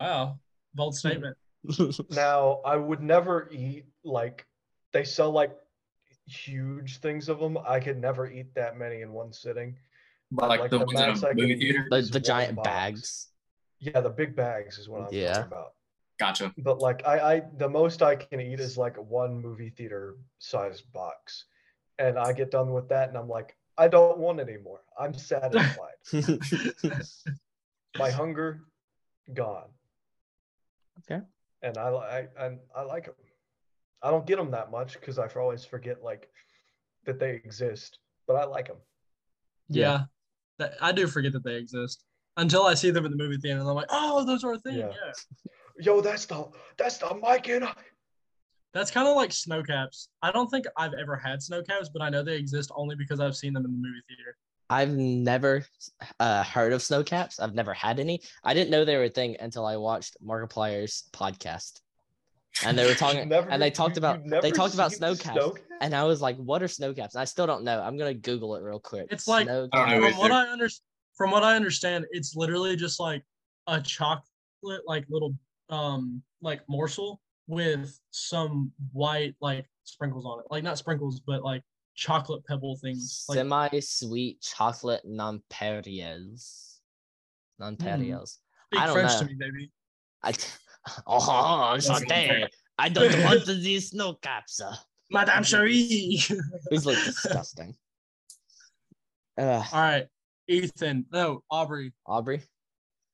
C: Wow, bold statement.
D: Now, I would never eat like they sell like huge things of them. I could never eat that many in one sitting. But
B: like, the,
D: the
B: ones in
D: max I
B: a
D: can
B: movie
D: eat
B: theater.
A: the,
D: is
A: the
D: one
A: giant
D: box.
A: bags.
D: Yeah, the big bags is what I'm
A: Yeah.
D: talking about.
B: Gotcha.
D: But like I, I the most I can eat is like one movie theater sized box. And I get done with that and I'm like, I don't want any more. I'm satisfied. My hunger gone.
A: Okay.
D: And I li- I I, I like them. I don't get them that much because I always forget like that they exist, but I like them.
A: Yeah.
C: Yeah. That- I do forget that they exist until I see them in the movie theater, and I'm like, oh, those are a thing. Yeah,
D: Yeah. Yo, that's the that's the Mike and I.
C: that's kind of like snow caps. I don't think I've ever had snow caps, but I know they exist only because I've seen them in the movie theater.
A: I've never uh, heard of snow caps. I've never had any. I didn't know they were a thing until I watched Markiplier's podcast, and they were talking,
D: Never-
A: and they talked
D: you-
A: about
D: you've never
A: they talked about
D: seen
A: snow
D: snow
A: caps,
D: caps?
A: and I was like, "What are snow caps?" And I still don't know. I'm gonna Google it real quick.
C: It's like- uh,
A: Snow
B: I don't know
A: caps.
C: From what
B: there-
C: I under- from what I understand, it's literally just like a chocolate, like little um like morsel with some white like sprinkles on it. Like not sprinkles, but like chocolate pebble things. Like
A: semi-sweet chocolate nonpareils. Nonpareils.
C: speak
A: I don't
C: French
A: know.
C: to me, baby.
A: I oh, sorry. I don't want these snow caps. uh.
C: Madame Cherie.
A: These look disgusting. Uh,
C: All right, Ethan. No, Aubrey.
A: Aubrey,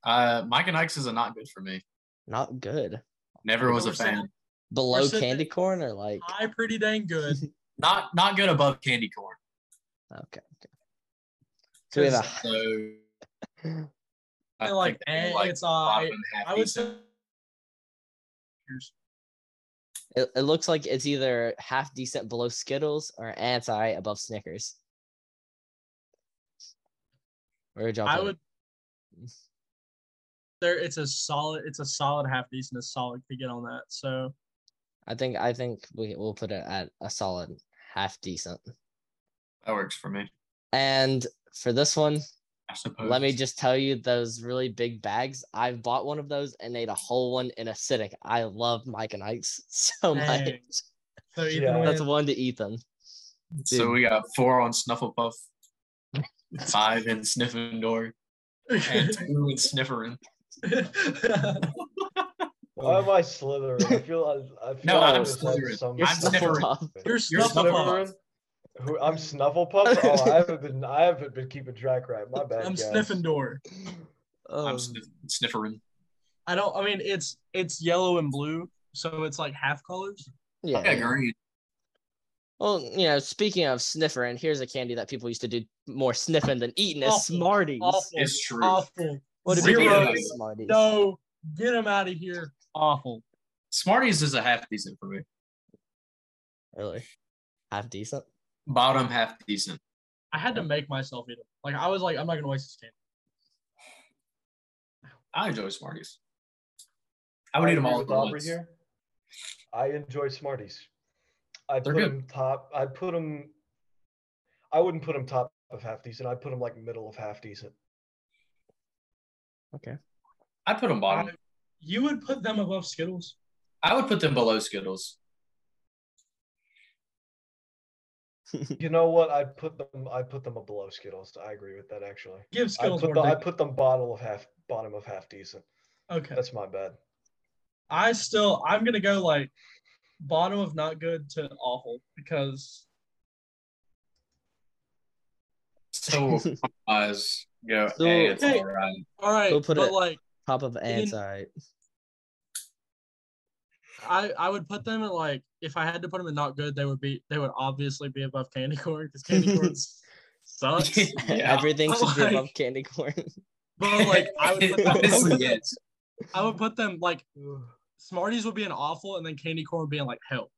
B: Uh, Mike and Ike's is a not good for me.
A: not good.
B: Never was a
C: We're saying-
B: fan.
A: Below
C: said
A: candy
C: that-
A: corn or like
C: I pretty dang good.
B: Not not good above candy corn.
A: okay. okay. So we have a
B: So
C: I like, eh,
B: they're,
C: it's all right.
B: bottom half
C: I would
B: decent.
C: say.
A: it, it looks like it's either half decent below Skittles or anti above Snickers. Where would y'all
C: I
A: put it?
C: would. There, it's a solid. It's a solid half decent. A solid to get on that. So
A: I think I think we will put it at a solid half decent.
B: that works for me.
A: And for this one,
B: I suppose.
A: let me just tell you those really big bags. I bought one of those and ate a whole one in a sitting. I love Mike and Ike's so much.
C: Dang. so Ethan
D: Yeah.
A: That's
C: wins.
A: one to Ethan.
B: So we got four on Snufflepuff, five in Sniffendor, and two in Snifferin.
D: Why am I slithering? I feel I, I feel
B: No,
D: like
B: I'm
D: this has
B: slithering.
D: some-
B: You're
A: You're
B: I've
A: so
B: never-
A: tough.
C: You're
B: You're
C: Snuffleupagus.
B: Snuffleupagus.
D: Who I'm Snufflepuff? Oh, I haven't been I haven't been keeping track right. My bad.
C: I'm
D: guys.
C: sniffing door.
B: I'm
A: Um,
B: sniff- Snifferin.
C: I don't. I mean, it's it's yellow and blue, so it's like half colors.
A: yeah.
B: I got green.
A: Well, you know, speaking of sniffering, here's a candy that people used to do more sniffing than eating is
C: Awful,
A: Smarties.
C: awful.
B: It's true.
C: Awful.
A: What do people
C: Zero.
A: do with Smarties?
C: No, get him out of here. Awful.
B: Smarties is a half decent for me.
A: Really? Half decent?
B: Bottom half decent.
C: I had to make myself eat them. Like I was like, I'm not gonna waste this candy.
B: I enjoy Smarties. I would eat them
D: agree
B: all at
D: with Aubrey
B: once.
D: here. I enjoy Smarties. I
B: They're
D: put
B: good.
D: them top. I put them. I wouldn't put them top of half decent. I put them like middle of half decent.
B: I put them bottom.
C: You would put them above Skittles.
B: I would put them below Skittles.
D: You know what? I put them. I put them below Skittles. I agree with that actually.
C: Give
D: I
C: Skittles
D: put,
C: more.
D: the, I
C: dignity.
D: put them bottom of half bottom of half decent.
C: okay.
D: That's my bad.
C: I still I'm gonna go like bottom of not good to awful because
B: So compromise. Yeah,
A: So-
B: hey, it's
C: Okay.
B: all right.
C: all right,
A: We'll put
C: but
A: it-
C: like
A: Top of ants,
C: In-
A: all right.
C: I I would put them at like if I had to put them in not good, they would be they would obviously be above candy corn because candy corn sucks.
B: Yeah.
A: Everything should be
C: Like-
A: above candy corn.
C: But like I would put
B: Honestly,
C: them,
B: yes.
C: I would put them like Smarties would be an awful and then candy corn would be in like hell.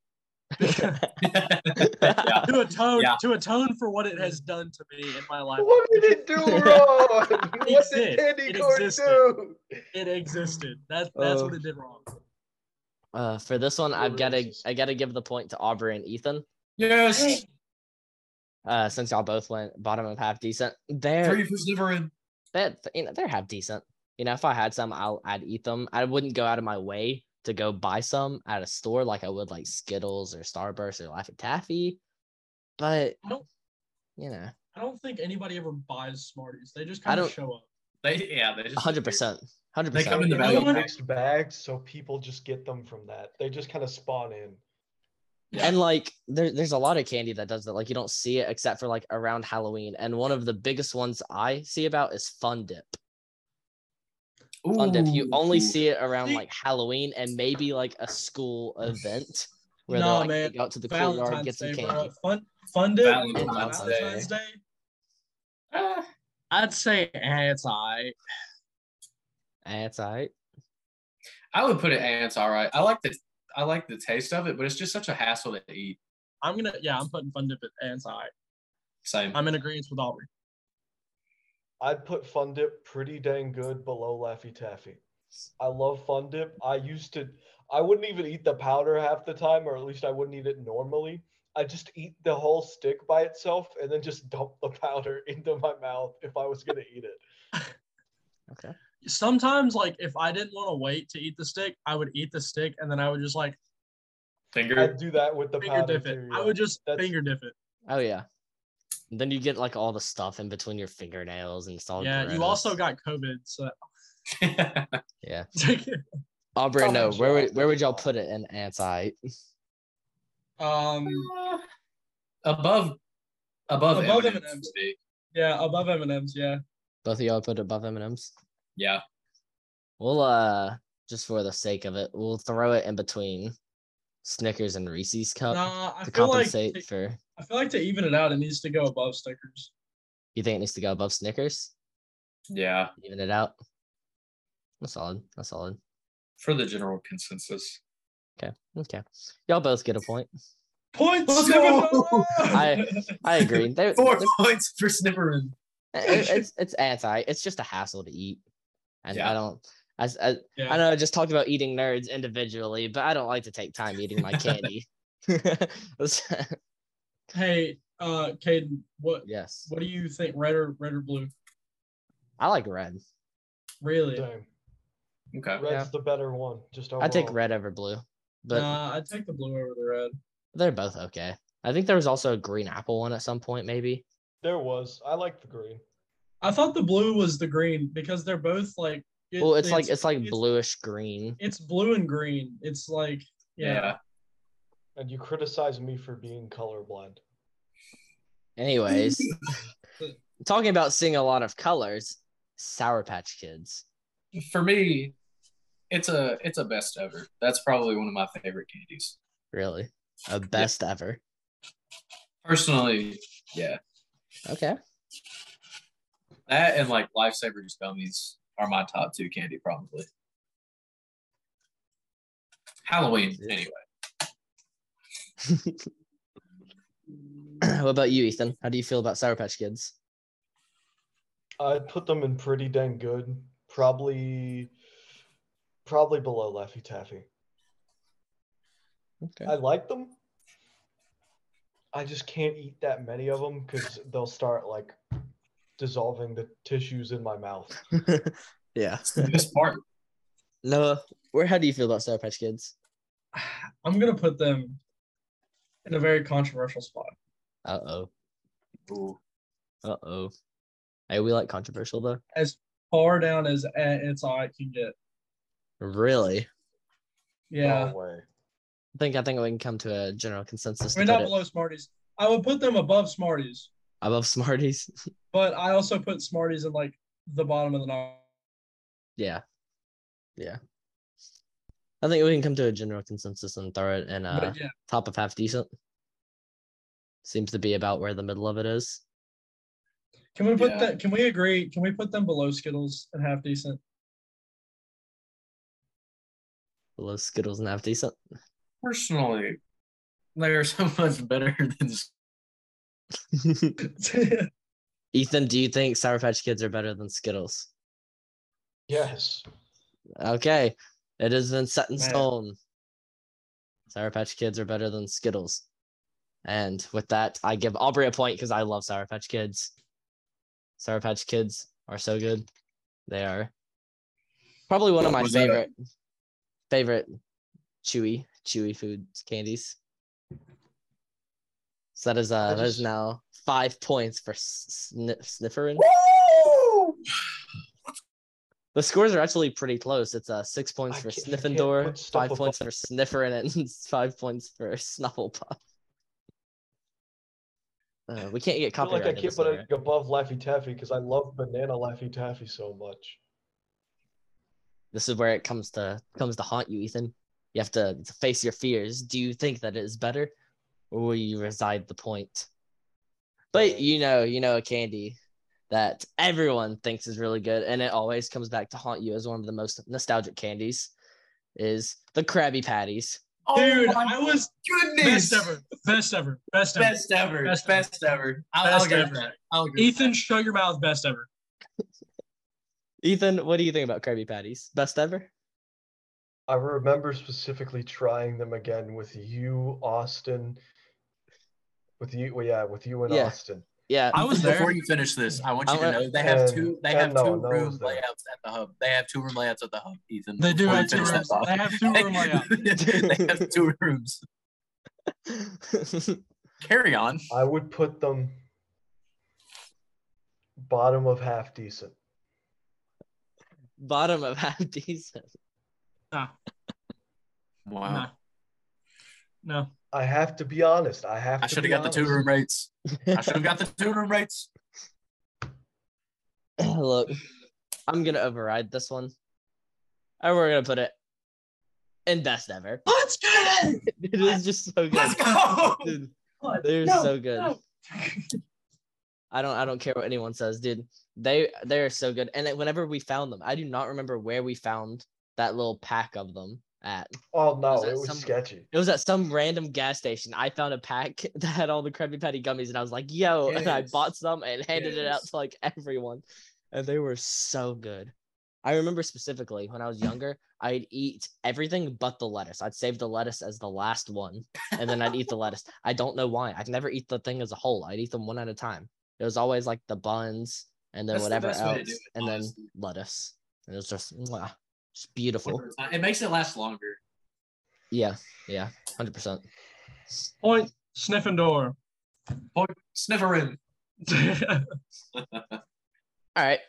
C: to atone
B: Yeah.
C: to atone for what it has done to me in my life.
D: What did it do wrong? what
C: existed.
D: did candy
C: It
D: corn
C: existed.
D: do?
C: It existed. That's that's
A: Oh.
C: what it did wrong.
A: Uh, for this one, I've got to
D: Racist.
A: I got to give the point to Aubrey and Ethan.
B: Yes,
A: Uh, since y'all both went bottom of half decent,
B: three
A: they're
B: for Severin.
A: that you know they're half decent. You know, if I had some, I'll I'd eat them. I wouldn't go out of my way to go buy some at a store like I would like Skittles or Starburst or Laffy Taffy, but
C: I don't-
A: you know,
C: I don't think anybody ever buys Smarties. They just
A: I
C: kind of
A: don't-
C: show up.
B: They yeah, they just
A: hundred percent, hundred
B: They come
A: percent.
B: in the
D: They're
B: value
D: all
B: pack.
D: mixed bags, so people just get them from that. They just kind of spawn in.
B: Yeah.
A: And like there, there's a lot of candy that does that. Like you don't see it except for like around Halloween. And one of the biggest ones I see about is Fun Dip. Fun Dip. You
B: Ooh.
A: only see it around
C: See-
A: like Halloween and maybe like a school event where
C: Nah,
A: they're like
C: man.
A: "Hey, go out to the courtyard and
C: Valentine's
A: get some
C: Day,
A: candy.
C: bro. Fun, fun dip.
B: Valentine's
A: Day.
C: Valentine's Day.
B: Ah,
C: I'd say eh, it's alright.
A: Eh, It's all right.
B: I would put it ants all right. I like the I like the taste of it, but it's just such a hassle to eat.
C: I'm gonna yeah, I'm putting fun dip at eh, it's alright.
B: Same.
C: I'm in agreement with Aubrey.
D: I'd put Fun Dip pretty dang good below Laffy Taffy. I love Fun Dip. I used to, I wouldn't even eat the powder half the time, or at least I wouldn't eat it normally. I just eat the whole stick by itself and then just dump the powder into my mouth if I was gonna eat it.
A: Okay.
C: Sometimes like if I didn't want to wait to eat the stick, I would eat the stick and then I would just like
B: Finger.
D: I'd do that with the
C: finger
D: powder
C: dip it.
D: too.
C: I
D: yeah.
C: would just
D: That's-
C: finger dip it.
A: Oh yeah. Then you get like all the stuff in between your fingernails and stuff.
C: yeah, you also got COVID, so
A: yeah.
C: that-
A: Aubrey,
D: Oh,
A: no.
D: sure,
A: Where
D: I'll
A: would
D: put
A: where
D: it
A: would y'all
D: on.
A: put it in anti?
C: um
B: above above,
C: Above
B: M&M's.
C: M&Ms. yeah, above M and M's, yeah.
A: Both of y'all put it above M and M's.
B: Yeah.
A: We'll uh just for the sake of it, we'll throw it in between Snickers and Reese's cup
C: Nah, I
A: Uh, to
C: feel like
A: compensate
C: to-
A: for.
C: I feel like to even it out, it needs to go above stickers.
A: You think it needs to go above Snickers?
B: Yeah.
A: Even it out. That's solid. That's solid.
B: For the general consensus.
A: Okay, y'all both get a point.
C: Points.
B: Let's go!
A: I- I agree. They're,
B: Four
A: they're-
B: points for Snipperin.
A: it- it's it's anti. It's just a hassle to eat, and
B: Yeah.
A: I don't. I, s- I,
C: Yeah.
A: I know I just talked about eating nerds individually, but I don't like to take time eating my candy.
C: Hey, uh, Caden, what
A: yes,
C: what do you think? Red or red or blue?
A: I like red.
C: Really?
D: Same.
B: Okay.
D: Red's the better one. Just overall.
A: I take red over blue, but
C: nah, I'd take the blue over the red.
A: they're both okay. I think there was also a green apple one at some point, maybe.
D: There was. I like the green.
C: I thought the blue was the green because they're both like. it-
A: Well, it's, like it's like
C: it's-
A: bluish green.
C: It's blue and green. It's like yeah.
B: Yeah.
D: And you criticize me for being colorblind.
A: Anyways, talking about seeing a lot of colors, Sour Patch Kids.
B: For me, it's a it's a best ever. That's probably one of my favorite candies.
A: Really, a best ever.
B: Personally, yeah.
A: Okay.
B: That and like Lifesavers gummies are my top two candy probably. Halloween, anyway.
A: what about you, Ethan? How do you feel about Sour Patch Kids?
D: I'd put them in pretty dang good. Probably, probably below Laffy Taffy.
A: Okay.
D: I like them. I just can't eat that many of them because they'll start like dissolving the tissues in my mouth.
A: yeah.
B: This part.
A: Noah, where how do you feel about Sour Patch Kids?
C: I'm gonna put them in a very controversial spot.
A: Uh oh.
B: Ooh.
A: Uh oh. Hey, we like controversial though.
C: As far down as eh, it's all I can get.
A: Really?
C: Yeah.
D: No way.
A: I think I think we can come to a general consensus. To
C: I mean,
A: put
C: not
A: it
C: below Smarties. I would put them above Smarties,
A: above Smarties.
C: but I also put Smarties in like the bottom of the notch.
A: yeah. Yeah. I think we can come to a general consensus and throw it in uh,
C: but yeah,
A: top of half decent. Seems to be about where the middle of it is.
C: can we put
B: Yeah.
C: that? Can we agree? Can we put them below Skittles and half decent?
A: Below Skittles and half decent.
B: Personally, they're so much better than Oh
A: Ethan, do you think Sour Patch Kids are better than Skittles?
D: Yes.
A: Okay. It has been set in
C: Man.
A: stone. Sour Patch Kids are better than Skittles. And with that, I give Aubrey a point because I love Sour Patch Kids. Sour Patch Kids are so good. They are probably one of my
B: Was that a-
A: favorite favorite chewy chewy food candies. So that is uh
D: I
A: that is
D: just-
A: now five points for sni- snifferin.
B: Woo!
A: The scores are actually pretty close. It's uh six points
D: I
A: for
D: can't- I can't put
A: Sniffendor,
D: stuff
A: five points
D: above-
A: for Snifferin, and five points for Snufflepuff. Uh, we can't get
D: I feel like
A: copyrighted.
D: I can't
A: episode,
D: put
A: right?
D: it above Laffy Taffy because I love banana Laffy Taffy so much.
A: This is where it comes to comes to haunt you, Ethan. You have to face your fears. Do you think that it is better, or will you reside the point?
D: Uh,
A: But you know, you know a candy that everyone thinks is really good, and it always comes back to haunt you as one of the most nostalgic candies, is the Krabby Patties.
C: Dude,
B: oh my
C: I was
B: goodness.
C: best ever, best ever, best ever.
B: Best ever.
C: Best
B: Best,
C: ever.
B: ever. I'll,
C: Best
B: I'll give
C: ever.
B: that. I'll give
C: Ethan, shut your mouth. Best ever.
A: Ethan, what do you think about Krabby Patties? Best ever?
D: I remember specifically trying them again with you, Austin. With you, well, yeah, with you and
A: Yeah.
D: Austin.
A: Yeah,
B: I was
A: there.
B: Before you finish this, I want you
A: I'm
B: to
A: a-
B: know they have
D: Uh,
B: two. They
D: uh,
B: have
D: no,
B: two
D: no,
B: room
D: it's not.
B: layouts at the hub. They have two room layouts at the hub, Ethan.
C: They do
B: before you
C: have two
B: finish
C: rooms.
B: that thought.
C: They have two room layouts.
B: they have two rooms. Carry on.
D: I would put them bottom of half decent.
A: Bottom of half decent.
C: Nah,
B: Wow.
C: nah. No.
D: I have to be honest. I have.
B: I
D: to
B: should
D: be
B: have got the two
D: honest.
B: room rates. I should have got the two room rates.
A: Look, I'm gonna override this one, and we're gonna put it in best ever.
B: Let's go.
A: it is just so
B: Let's
A: good.
B: go.
A: Dude, they're
B: No,
A: so good.
B: no.
A: I don't I don't care what anyone says, dude. They they are so good. And it- whenever we found them, I do not remember where we found that little pack of them at.
D: Oh no,
A: Was that
D: it was
A: some-
D: sketchy.
A: It was at some random gas station. I found a pack that had all the Krabby Patty gummies, and I was like, "Yo!" And I
B: Yes.
A: bought some and handed it out
B: Yes.
A: to like everyone, and they were so good. I remember specifically when I was younger, I'd eat everything but the lettuce. I'd save the lettuce as the last one, and then I'd eat the lettuce. I don't know why. I'd never eat the thing as a whole. I'd eat them one at a time. It was always like the buns and then
B: That's the
A: whatever
B: best way to
A: else,
B: do it,
A: and then
B: honestly.
A: lettuce. And it was just, mwah, just beautiful.
B: Uh, It makes it last longer.
A: Yeah, yeah, hundred percent.
C: Point Sniffendor.
B: Snifferin.
A: All right.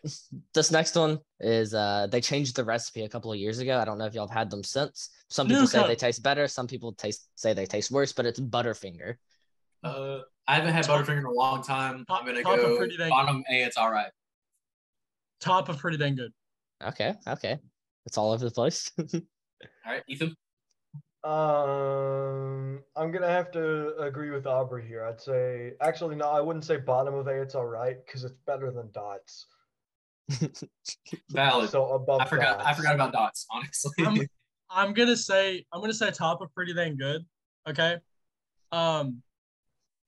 A: This next one is uh they changed the recipe a couple of years ago. I don't know if y'all have had them since. Some people
C: New
A: say they
C: Coke.
A: taste better, some people taste say they taste worse, but it's Butterfinger.
B: Uh, I haven't had Butterfinger in a long time. I'm gonna
C: Top of
B: go
C: pretty dang-
B: bottom A. It's all right.
C: Top of pretty dang good.
A: Okay, okay. It's all over the place.
B: All right, Ethan.
D: Um, I'm gonna have to agree with Aubrey here. I'd say actually no, I wouldn't say bottom of A. It's all right because it's better than dots.
B: Valid.
D: So above.
B: I forgot. I
D: dots.
B: forgot about dots. Honestly,
C: I'm- I'm gonna say I'm gonna say top of pretty dang good. Okay. Um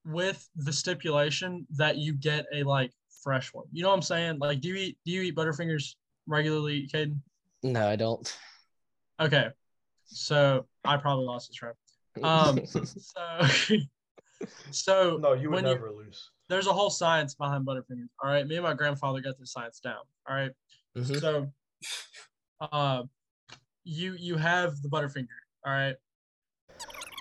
C: with the stipulation that you get a like fresh one. You know what I'm saying? Like do you eat do you eat Butterfingers regularly, Caden?
A: no, I don't.
C: Okay. So I probably lost this round. Um, So so
D: No, you would
C: when you-
D: never lose.
C: there's a whole science behind Butterfingers. All right. Me and my grandfather got this science down. All right.
A: Mhm.
C: So, uh, you you have the Butterfinger. All right.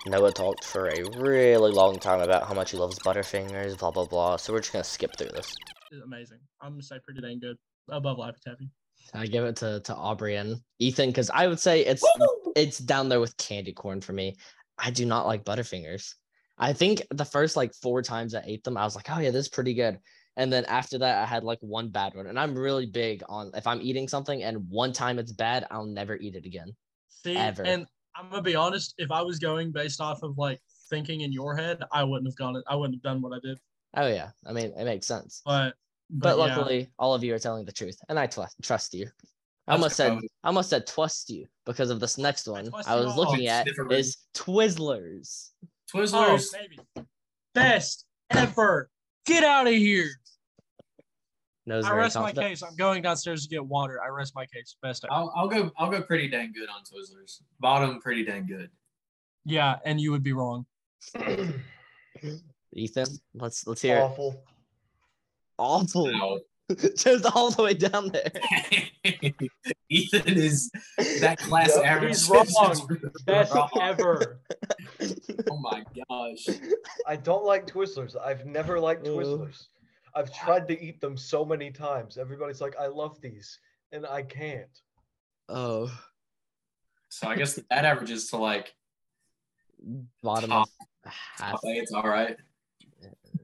A: Noah talked for a really long time about how much he loves Butterfingers, blah blah blah. So we're just gonna skip through this.
C: It's amazing. I'm gonna say pretty dang good. Above Laffy Taffy.
A: I give it to to Aubrey and Ethan because I would say it's it's down there with candy corn for me. I do not like Butterfingers. I think the first like four times I ate them, I was like, oh yeah, this is pretty good. And then after that, I had like one bad one. And I'm really big on if I'm eating something and one time it's bad, I'll never eat it again.
C: See,
A: Ever.
C: and I'm gonna be honest. If I was going based off of like thinking in your head, I wouldn't have gone. I wouldn't have done what I did.
A: Oh yeah, I mean it makes sense.
C: But
A: But,
C: but, yeah.
A: luckily, all of you are telling the truth, and I tw- trust you. I
B: Let's
A: almost said
B: go.
A: I almost said trust you because of this next one
C: trust
A: I
C: you
A: was
C: all.
A: looking at
B: Different reason.
A: is Twizzlers.
C: oh
B: Twizzlers.
C: baby, best ever. Get out of here.
A: Knows
C: I
A: very
C: rest my
A: confident.
C: case. I'm going downstairs to get water. I rest my case. Best ever.
B: I'll, I'll go. I'll go pretty dang good on Twizzlers. Bottom pretty dang good.
C: Yeah, and you would be wrong.
A: Ethan, let's let's hear it.
D: Awful.
A: Awful.
B: Wow.
A: Just all the way down there.
B: Ethan is that class
D: Yep.
B: average.
E: He's wrong.
B: citizen.
E: Best ever.
B: Oh my gosh.
D: I don't like Twizzlers. I've never liked
A: Oh.
D: Twizzlers. I've tried to eat them so many times. Everybody's like, I love these, and I can't.
A: Oh,
B: So I guess that averages to like
A: bottom
B: top.
A: of
B: I'll
A: half.
B: say it's all right.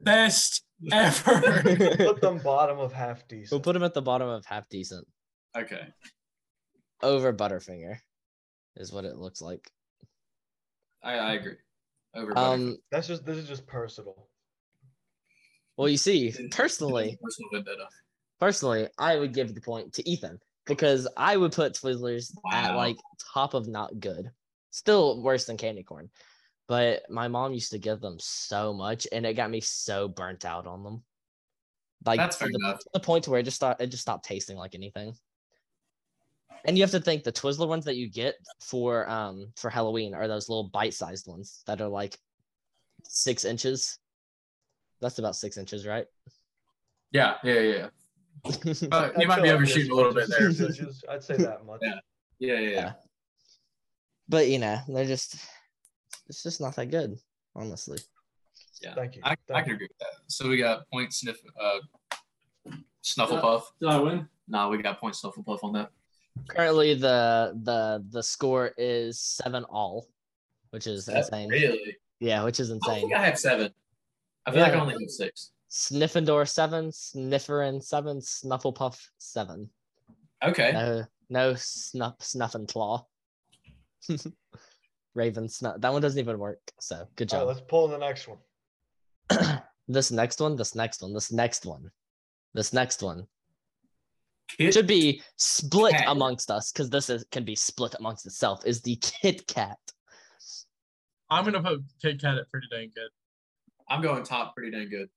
E: Best ever.
D: Put them bottom of half
A: we'll
D: decent.
A: put him at the bottom of half decent.
B: Okay.
A: Over Butterfinger, is what it looks like.
B: I, I agree. Over.
A: Um.
D: That's just this is just personal.
A: Well, you see,
B: Butterfinger.
A: personally,
B: Personal vendetta.
A: personally, I would give the point to Ethan because I would put Twizzlers at
B: Wow.
A: like top of not good, still worse than candy corn. But my mom used to give them so much, and it got me so burnt out on them. Like
B: That's
A: to
B: fair
A: the,
B: enough.
A: to the point to where it just start, it just stopped tasting like anything. And you have to think the Twizzler ones that you get for um for Halloween are those little bite sized ones that are like six inches. That's about six inches, right?
B: Yeah, yeah, yeah. yeah. But you
D: I'd
B: might
D: say
B: be
D: like
B: overshooting a little bit
D: this,
B: there.
D: this is- I'd say that much.
B: Yeah. Yeah, yeah, yeah.
A: but you know they're just it's just not that good honestly
D: Thank you.
B: I, I
D: Thank
B: can
D: you.
B: agree with that. So we got point sniff, uh, Snufflepuff.
E: Did I win?
B: Nah, we got point Snufflepuff on that.
A: currently the the the score is seven all which is insane
B: Really?
A: yeah which is
B: I
A: insane
B: think I have seven. I feel like I
A: Yeah.
B: only have six.
A: sniffendor seven snifferin seven snufflepuff seven
B: Okay.
A: no no snuff snuff and claw raven snuff that one doesn't even work so good
D: All right,
A: job
D: let's pull the next one.
A: this next one this next one this next one this next one
B: Kit-
A: should be split
B: Kat.
A: amongst us because this is, can be split amongst itself is the Kit Kat.
C: I'm gonna put Kit Kat at pretty dang good.
B: I'm going top pretty dang good.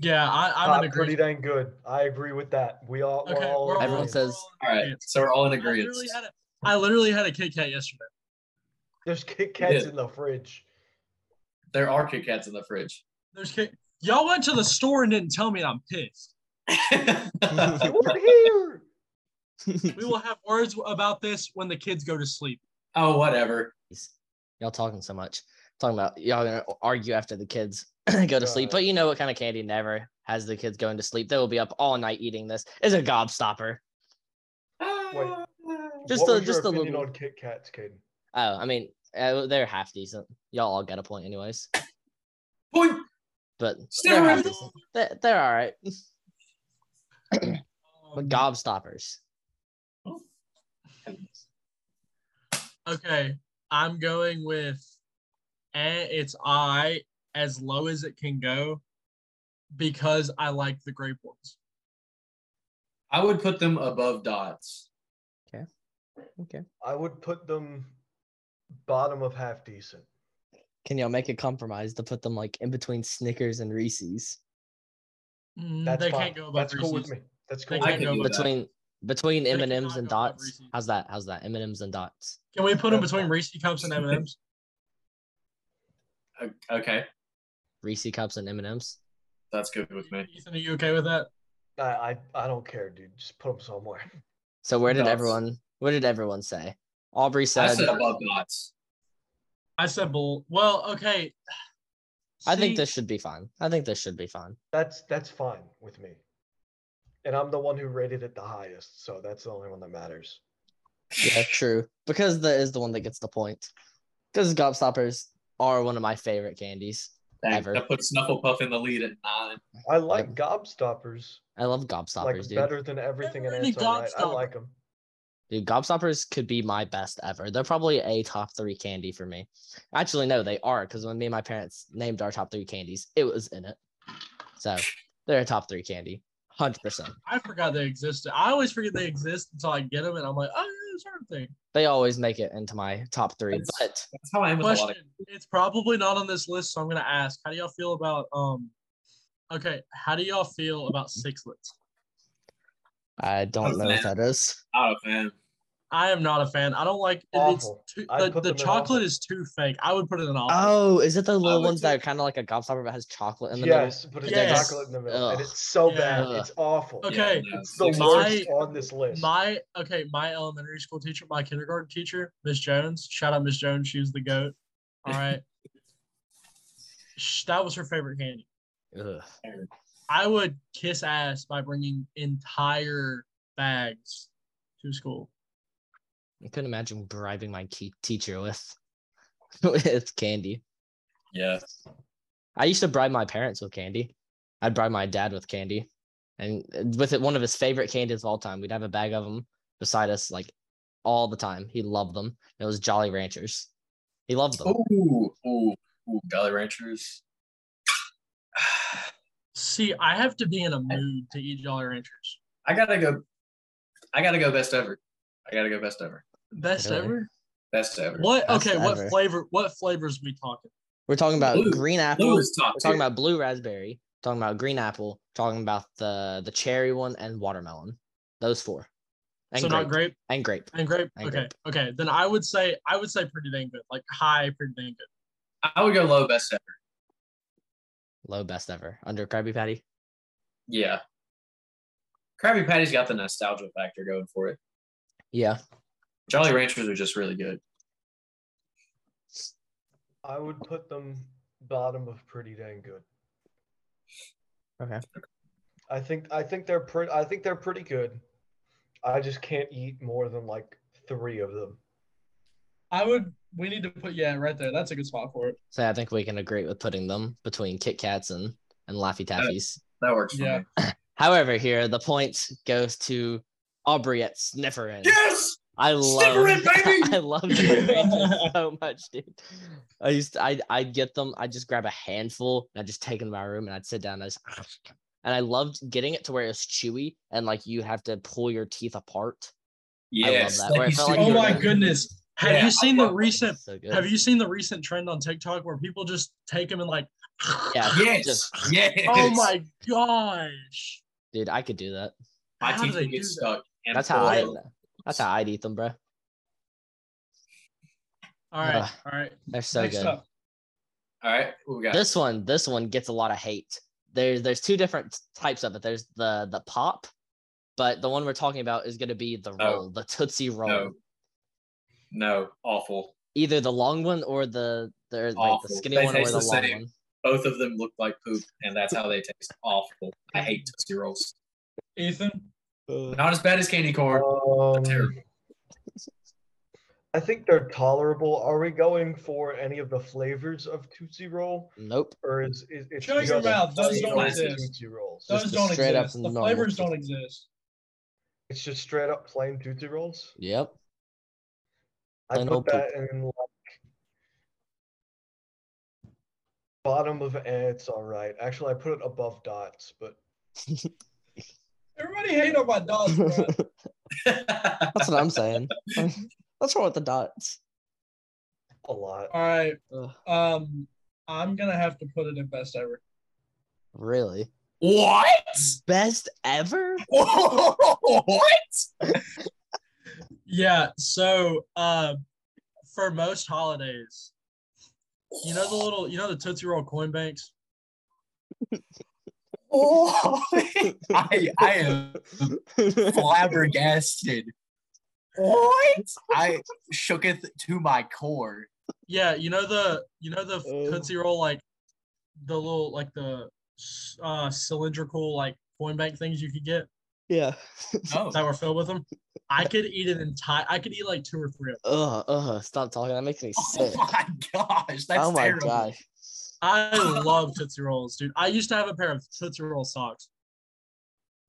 C: Yeah, I, I'm
E: Uh,
D: Not
C: in
D: pretty
C: agreement.
D: dang good. I agree with that. We all.
C: Okay,
D: we're all
C: we're all-
D: in
A: Everyone
D: agreement.
A: says-
B: All right. So we're all in
C: I
B: agreement.
C: literally, had a, I literally had a Kit Kat yesterday.
D: there's Kit Kats
B: did.
D: in the fridge.
B: There are Kit Kats in the fridge.
C: There's Kit. Y'all went to the store and didn't tell me. I'm pissed.
D: You weren't here.
C: We will have words about this when the kids go to sleep.
B: oh, whatever.
A: Jeez, Y'all talking so much. Talking about y'all gonna argue after the kids go to sleep. But you know what kind of candy never has the kids going to sleep. They will be up all night eating this. It's a gobstopper. Just a-
D: what was your
A: just a
D: opinion
A: little-
D: on Kit Kats, Caden.
A: Oh, I mean, uh, they're half decent. Y'all all get a point anyways.
B: Point.
A: But
B: Stay
A: they're, half
B: away.
A: decent. They're, they're all right.
D: Oh
A: But gobstoppers.
C: Okay, I'm going with, and it's I as low as it can go, because I like the grape ones.
B: I would put them above dots.
D: I would put them bottom of half decent.
A: Can y'all make a compromise to put them like in between Snickers and Reese's?
C: Mm,
D: That's
C: they
D: fine.
C: can't go above
D: That's cool with
C: Reese's.
D: me. That's
C: They
D: cool.
B: I
D: With
C: can't
B: can
D: me.
C: go
B: do
C: above
B: that.
A: between between
C: But it
A: M and M's
C: cannot
A: and
C: go above
A: dots.
C: Reese's.
A: How's that? How's that? M and M's and dots.
C: Can we put them
D: That's
C: between
D: fine.
C: Reese cups and M&Ms?
B: O- Okay.
A: Reese cups and M and M's.
B: That's good with me.
C: Ethan, are you okay with that?
D: I, I I don't care, dude. Just put them somewhere.
A: So where did
B: Dots.
A: everyone? What did everyone say? Aubrey
B: I
A: said.
B: said above dots.
C: I said bull. Well, okay.
A: I think
C: See,
A: this should be fine. I think this should be fine.
D: That's that's fine with me. And I'm the one who rated it the highest, so that's the only one that matters.
A: Yeah, true. Because that is the one that gets the point. Because gobstoppers are one of my favorite candies.
B: Dang,
A: Ever.
B: That puts Snufflepuff in the lead at nine.
D: I like gobstoppers
A: I love gobstoppers,
D: like
A: dude.
D: better than everything in
C: Never any
D: Ants All Night. I
C: Gobstopper.
D: like them.
A: Dude, gobstoppers could be my best ever. They're probably a top three candy for me. Actually, no, they are because when me and my parents named our top three candies, it was in it. So they're a top three candy, hundred percent.
C: I forgot they existed. I always forget they exist until I get them, and I'm like, oh, yeah, it's sort of thing.
A: They always make it into my top three.
B: That's-
A: But
B: That's how I am with a lot
C: Question:
B: of.
C: It's probably not on this list, so I'm gonna ask. How do y'all feel about um? Okay, how do y'all feel about sixlets?
A: I don't know if
B: Listen.
A: that is.
B: Oh man,
C: I am not a fan. I don't like it, it's
D: Awful.
C: too,
D: I'd
C: the,
D: put
C: the
D: them in
C: chocolate
D: awful.
C: is too fake. I would put it in awful.
A: Oh, is it the little
B: would
A: ones that are kind of like a gobstopper but has chocolate in the
D: yes, but it's
C: Yes.
D: chocolate in the middle, and
A: Ugh.
D: it's so bad.
A: Yeah.
D: It's awful.
C: Okay.
B: no,
D: It's the worst
B: it's-
C: My-
D: on this list.
C: My okay, my elementary school teacher, my kindergarten teacher, Miss Jones. Shout out Miss Jones, she was the goat. All right. Sh- that was her favorite candy.
A: middle? Ugh.
C: I would kiss ass by bringing entire bags to school.
A: I couldn't imagine bribing my key teacher with with candy.
B: yeah.
A: I used to bribe my parents with candy. I'd bribe my dad with candy, and uh, with it, one of his favorite candies of all time. We'd have a bag of them beside us like all the time. He loved them. It was Jolly Ranchers. He loved
C: Oh,
A: them.
B: Ooh, ooh, ooh, Jolly Ranchers.
C: See, I have to be in a mood to eat Jolly Ranchers.
B: I gotta go. I gotta go best ever. I gotta go best ever.
C: Best
A: Really?
C: ever?
B: Best ever.
C: What?
A: Best
C: Okay,
A: ever.
C: what flavor? What flavors we talking?
A: We're talking about
B: Blue-
A: green
B: Blue
A: apple.
B: is top.
A: We're talking
B: tier.
A: about blue raspberry. Talking about green apple. Talking about the the cherry one and watermelon. Those four. And
C: so
A: grape,
C: not grape
A: and grape.
C: and grape.
A: And
C: okay, okay. Then I would say I would say pretty dang good, like high, pretty dang good.
B: I would go low best ever.
A: Low best ever under Krabby Patty.
B: Yeah. Krabby Patty's got the nostalgia factor going for it.
A: Yeah.
B: Jolly Ranchers are just really good.
D: I would put them bottom of pretty dang good.
A: Okay.
D: I think I think they're pretty. I think they're pretty good. I just can't eat more than like three of them.
C: I would. We need to put yeah, right there. That's a good spot for it.
A: So I think we can agree with putting them between Kit Kats and, and Laffy
C: Uh,
A: Taffies.
B: That works for
C: Yeah.
B: me.
A: However, here the point goes to Aubrey at Snifferin.
B: Yes.
A: I love
B: Snifferin, baby!
A: I love Jolly Ranchers so much, dude. I used to, I I'd get them. I'd just grab a handful and I'd just take them to my room and I'd sit down and I just, and I loved getting it to where it was chewy and like you have to pull your teeth apart.
B: Yes.
A: I love that. Where it felt like
C: Oh
A: you were
C: my
A: gonna-
C: goodness! Have
B: Yeah,
C: you seen
B: I
C: the
B: love
C: recent?
A: So good.
C: Have you seen the recent trend on TikTok where people just take them and like?
A: Yeah.
B: Yes.
A: Just-
B: Yes.
C: Oh my gosh!
A: Dude, I could do that.
B: My
C: How do
B: teeth
C: they
B: would get
C: do that?
B: stuck. and
A: That's how I.
B: fall.
A: That's how I'd eat them, bro.
C: All right,
A: Ugh.
C: all right.
A: They're Ah, so
C: Next
A: good.
C: up,
B: All right. What we got?
A: this one this one gets a lot of hate there's there's two different types of it there's the the pop but the one we're talking about is going to be the
B: Oh.
A: roll the tootsie roll
B: no. No. Awful.
A: either the long one or the the, like, the
B: Awful.
A: skinny
B: They
A: one or the,
B: taste the
A: long
B: same.
A: one
B: Both of them look like poop, and that's how they taste. Awful. I hate Tootsie Rolls.
C: Ethan.
A: Uh,
B: Not as bad as candy corn.
D: Um,
B: terrible.
D: I think they're tolerable. Are we going for any of the flavors of Tootsie Roll,
A: nope
D: or is is it's
C: Shut your
D: just
C: mouth, those
D: plain
B: don't
C: exist.
D: Tootsie Rolls?
A: Those Just the don't straight up exist. The normal flavors don't
C: exist.
D: It's just straight up plain Tootsie Rolls.
A: yep
D: I
A: Plain old
D: put that in like bottom of eh, it's all right. Actually, I put it above dots, but
C: Everybody hate on my dogs, bro.
A: that's what i'm saying what's wrong with the dots
D: a lot.
C: All right,
A: Ugh,
C: um, I'm gonna have to put it in best ever.
A: really
B: what?
A: best ever
B: what?
C: Yeah. So, uh, for most holidays, you know the little, you know the Tootsie Roll coin banks.
B: I, I am flabbergasted. What? I shooketh to my core.
C: Yeah, you know the, you know the
A: Oh.
C: Tootsie Roll like, the little like the, s- uh, cylindrical like coin bank things you could get
A: yeah
B: Oh,
C: that were filled with them. I could eat an entire. I could eat like two or three of them.
A: Ugh, ugh, stop talking that makes me
B: oh
A: sick
B: my gosh. That's
A: oh my
B: terrible.
A: gosh
C: I love Tootsie Rolls, dude. I used to have a pair of Tootsie Roll socks.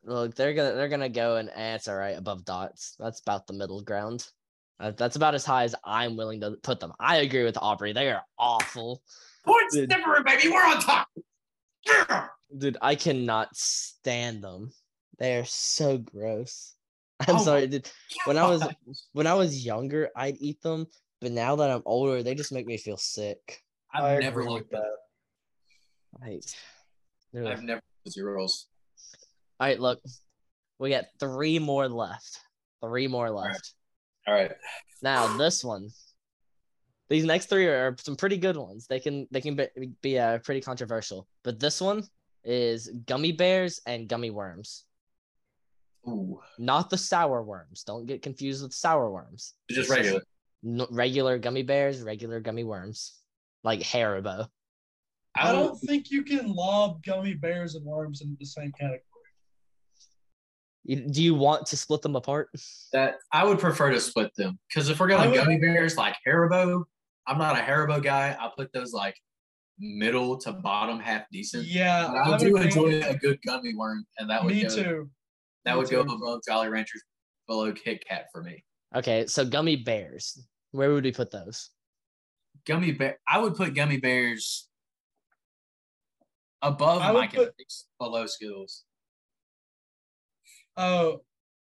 A: Look, they're gonna they're gonna go and eh, it's all right above dots. That's about the middle ground. Uh, that's about as high as I'm willing to put them. I agree with Aubrey. They are awful,
B: Points
A: Dude.
B: different, baby. We're on top. Yeah.
A: dude. I cannot stand them. They are so gross.
B: Oh
A: I'm
B: my
A: sorry, dude. When I was when I was younger, I'd eat them, but now that I'm older, they just make me feel sick.
B: I've
D: I
B: never
D: agree
B: liked
D: with that.
A: Like,
B: that.
A: ugh.
B: I've never liked Tootsie Rolls.
A: all right, look, we got three more left. Three more left.
B: All right.
A: Now this one, these next three are some pretty good ones. They can they can be, be uh, pretty controversial, but this one is gummy bears and gummy worms,
B: Ooh.
A: not the sour worms. Don't get confused with sour worms.
B: Just regular.
A: N- regular gummy bears, regular gummy worms, like Haribo.
C: I don't think you can lob gummy bears and worms into the same category.
A: You- Do you want to split them apart?
B: that I would prefer to split them because if we're going
C: I would-
B: gummy bears like Haribo, I'm not a Haribo guy. I put those like middle to bottom half decent.
C: Yeah,
B: But I
C: I'm
B: do
C: a fan.
B: enjoy a good gummy worm, and that would
C: Me
B: go,
C: too.
B: that
C: me
B: would go
C: too.
B: above Jolly Ranchers, below Kit Kat for me.
A: Okay, so gummy bears. Where would we put those?
B: Gummy bear, I would put gummy bears above
C: I would
B: Mike and
C: put-
B: Mike's, below Skittles.
C: Oh,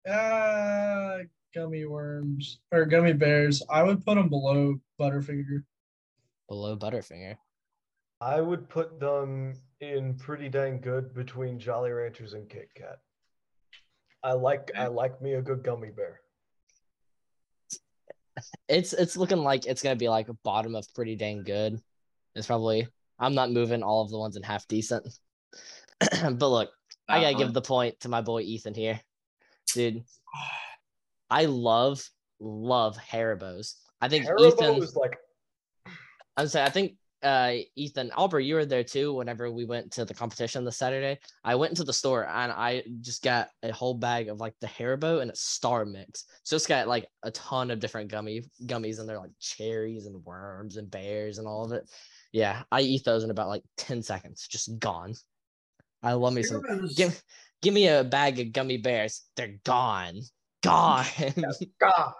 C: uh, gummy worms or gummy bears. I would put them below Butterfinger.
A: Below Butterfinger.
D: I would put them in pretty dang good between Jolly Ranchers and Kit Kat. I like I like me a good gummy bear.
A: It's it's looking like it's gonna be like bottom of pretty dang good. It's probably I'm not moving all of the ones in half decent. but look, I
B: Uh-huh.
A: gotta
B: Uh,
A: give the point to my boy Ethan here. Dude, I love, love Haribos. I think
D: Haribo
A: Ethan
D: is like
A: I'm saying I think uh Ethan Albert, you were there too whenever we went to the competition this Saturday. I went into the store and I just got a whole bag of like the Haribo and a star mix. So it's got like a ton of different gummy gummies in there, like cherries and worms and bears and all of it. Yeah, I eat those in about like 10 seconds, just gone. I love me some
B: Haribo's-
A: give give me a bag of gummy bears. They're gone. Gone.
D: God.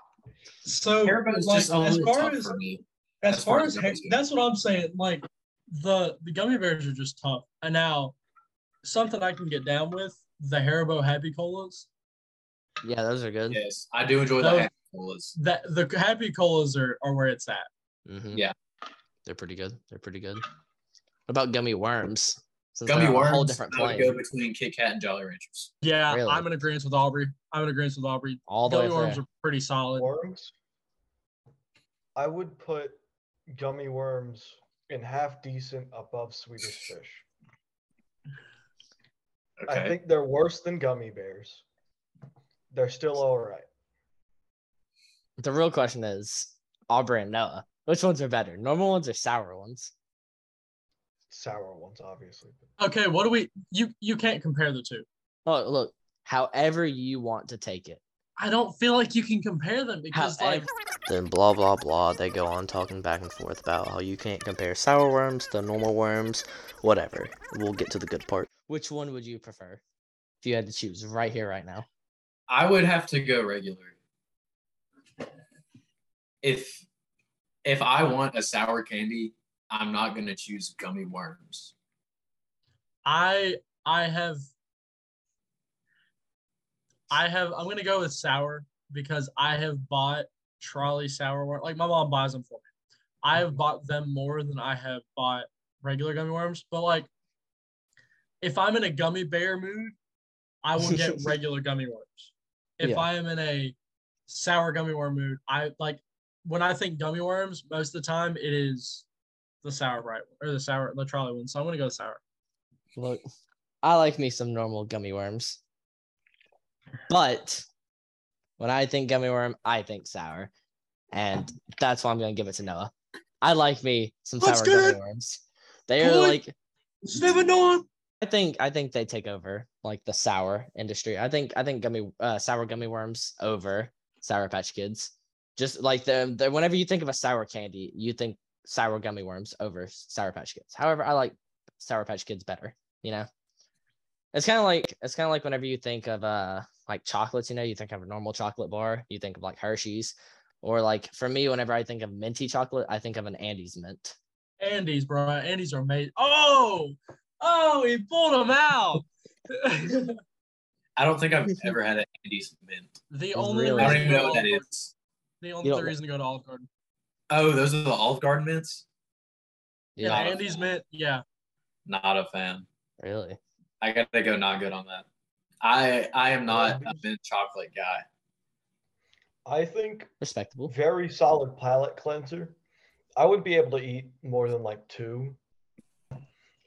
C: So,
B: Haribo's
C: like,
B: just a
C: as
B: little
C: far
B: tough
C: as
B: for me.
C: as
B: As
C: far
B: far
C: as
B: as
C: ha-
B: gummies go.
C: that's what I'm saying. Like the the gummy bears are just tough. And now something I can get down with the Haribo Happy Colas.
A: yeah, those are good.
B: Yes, I do enjoy
C: Those-
B: the happy colas.
C: That the Happy Colas are, are where it's at.
A: Mhm.
B: Yeah.
A: They're pretty good. They're pretty good. What about gummy worms? Since
B: Gummy
A: they're on
B: worms.
A: a whole different
B: I would
A: plane.
B: go between Kit Kat and Jolly Ranchers.
C: Yeah,
A: Really?
C: I'm in agreement with Aubrey. I'm in agreement with Aubrey.
A: All the way
C: Gummy
A: up
C: worms
A: there.
C: are pretty solid.
D: worms. I would put gummy worms in half decent above Swedish fish. I think they're worse than gummy bears. They're still all right.
A: The real question is Aubrey and Noah. Which ones are better? Normal ones or sour ones?
D: Sour ones, obviously.
C: Okay, what do we you you can't compare the two.
A: Oh, look. However you want to take it.
C: I don't feel like you can compare them because like
A: However- Then blah blah blah. They go on talking back and forth about how you can't compare sour worms to normal worms, whatever. We'll get to the good part. Which one would you prefer? If you had to choose right here, right now.
B: I would have to go regular. If if I want a sour candy, I'm not gonna choose gummy worms.
C: I I have I have I'm gonna go with sour because I have bought trolley sour worm like my mom buys them for me. I have bought them more than I have bought regular gummy worms, but like if I'm in a gummy bear mood, I will get regular gummy worms. If
A: Yeah.
C: I am in a sour gummy worm mood, I like when I think gummy worms, most of the time it is the sour bright or the sour the trolley one. So I'm gonna go sour.
A: Look, I like me some normal gummy worms. But when I think gummy worm, I think sour. And that's why I'm going to give it to Noah. I like me some
C: That's
A: sour
C: good.
A: gummy worms. They are
C: Point.
A: like
C: Seven on.
A: I think I think they take over like the sour industry. I think I think gummy uh, sour gummy worms over sour patch kids. Just like the, the whenever you think of a sour candy, you think sour gummy worms over sour patch kids. However, I like sour patch kids better, you know. It's kind of like it's kind of like whenever you think of uh like chocolates, you know, you think of a normal chocolate bar, you think of like Hershey's or like for me whenever I think of minty chocolate, I think of an Andes mint.
C: Andes, bro. Andes are made. Oh, oh, he pulled them out.
B: I don't think I've ever had a Andes mint.
C: the only
A: Really?
B: I
C: reason
B: don't even
C: to go
B: know what that
C: to Olive Garden-
B: is.
C: The
A: You
C: only
A: don't-
C: reason to go to Olive Garden.
B: Oh, those are the Olive Garden mints.
C: Yeah,
B: Not a
C: Andes
B: fan.
C: mint. Yeah,
B: Not a fan.
A: Really.
B: I gotta go. Not good on that. I I am not a mint chocolate guy.
D: I think
A: Respectable.
D: very solid palate cleanser. I wouldn't be able to eat more than like two.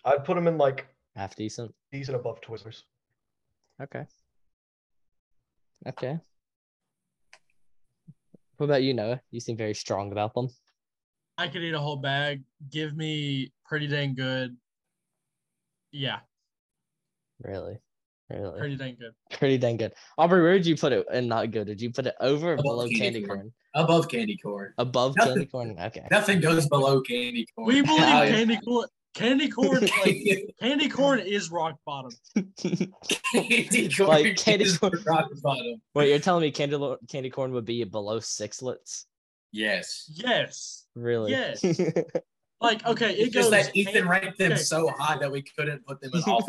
D: I'd put them in like
A: Half decent.
D: decent above Twizzlers.
A: Okay. Okay. What about you, Noah? You seem very strong about them.
C: I could eat a whole bag. Give me pretty dang good. Yeah,
A: Really? Really?
C: pretty dang good.
A: Pretty dang good. Aubrey, where did you put it? And not good. Did you put it over or
B: Above
A: below
B: candy
A: candy
B: corn.
A: corn?
B: Above candy corn.
A: Above
B: Nothing.
A: candy corn? Okay.
B: Nothing goes below candy corn.
C: We believe
B: I-
C: candy corn. Candy corn, like candy corn, is rock bottom.
B: candy corn.
A: Like, candy
B: is
A: corn.
B: rock bottom.
A: Wait, you're telling me candy, lo- candy corn would be below sixlets?
B: Yes.
C: Yes,
A: Really?
C: Yes. like okay, it
B: It's just
C: goes.
B: that Ethan
C: can-
B: ranked them
C: okay.
B: so high that we couldn't put them in off.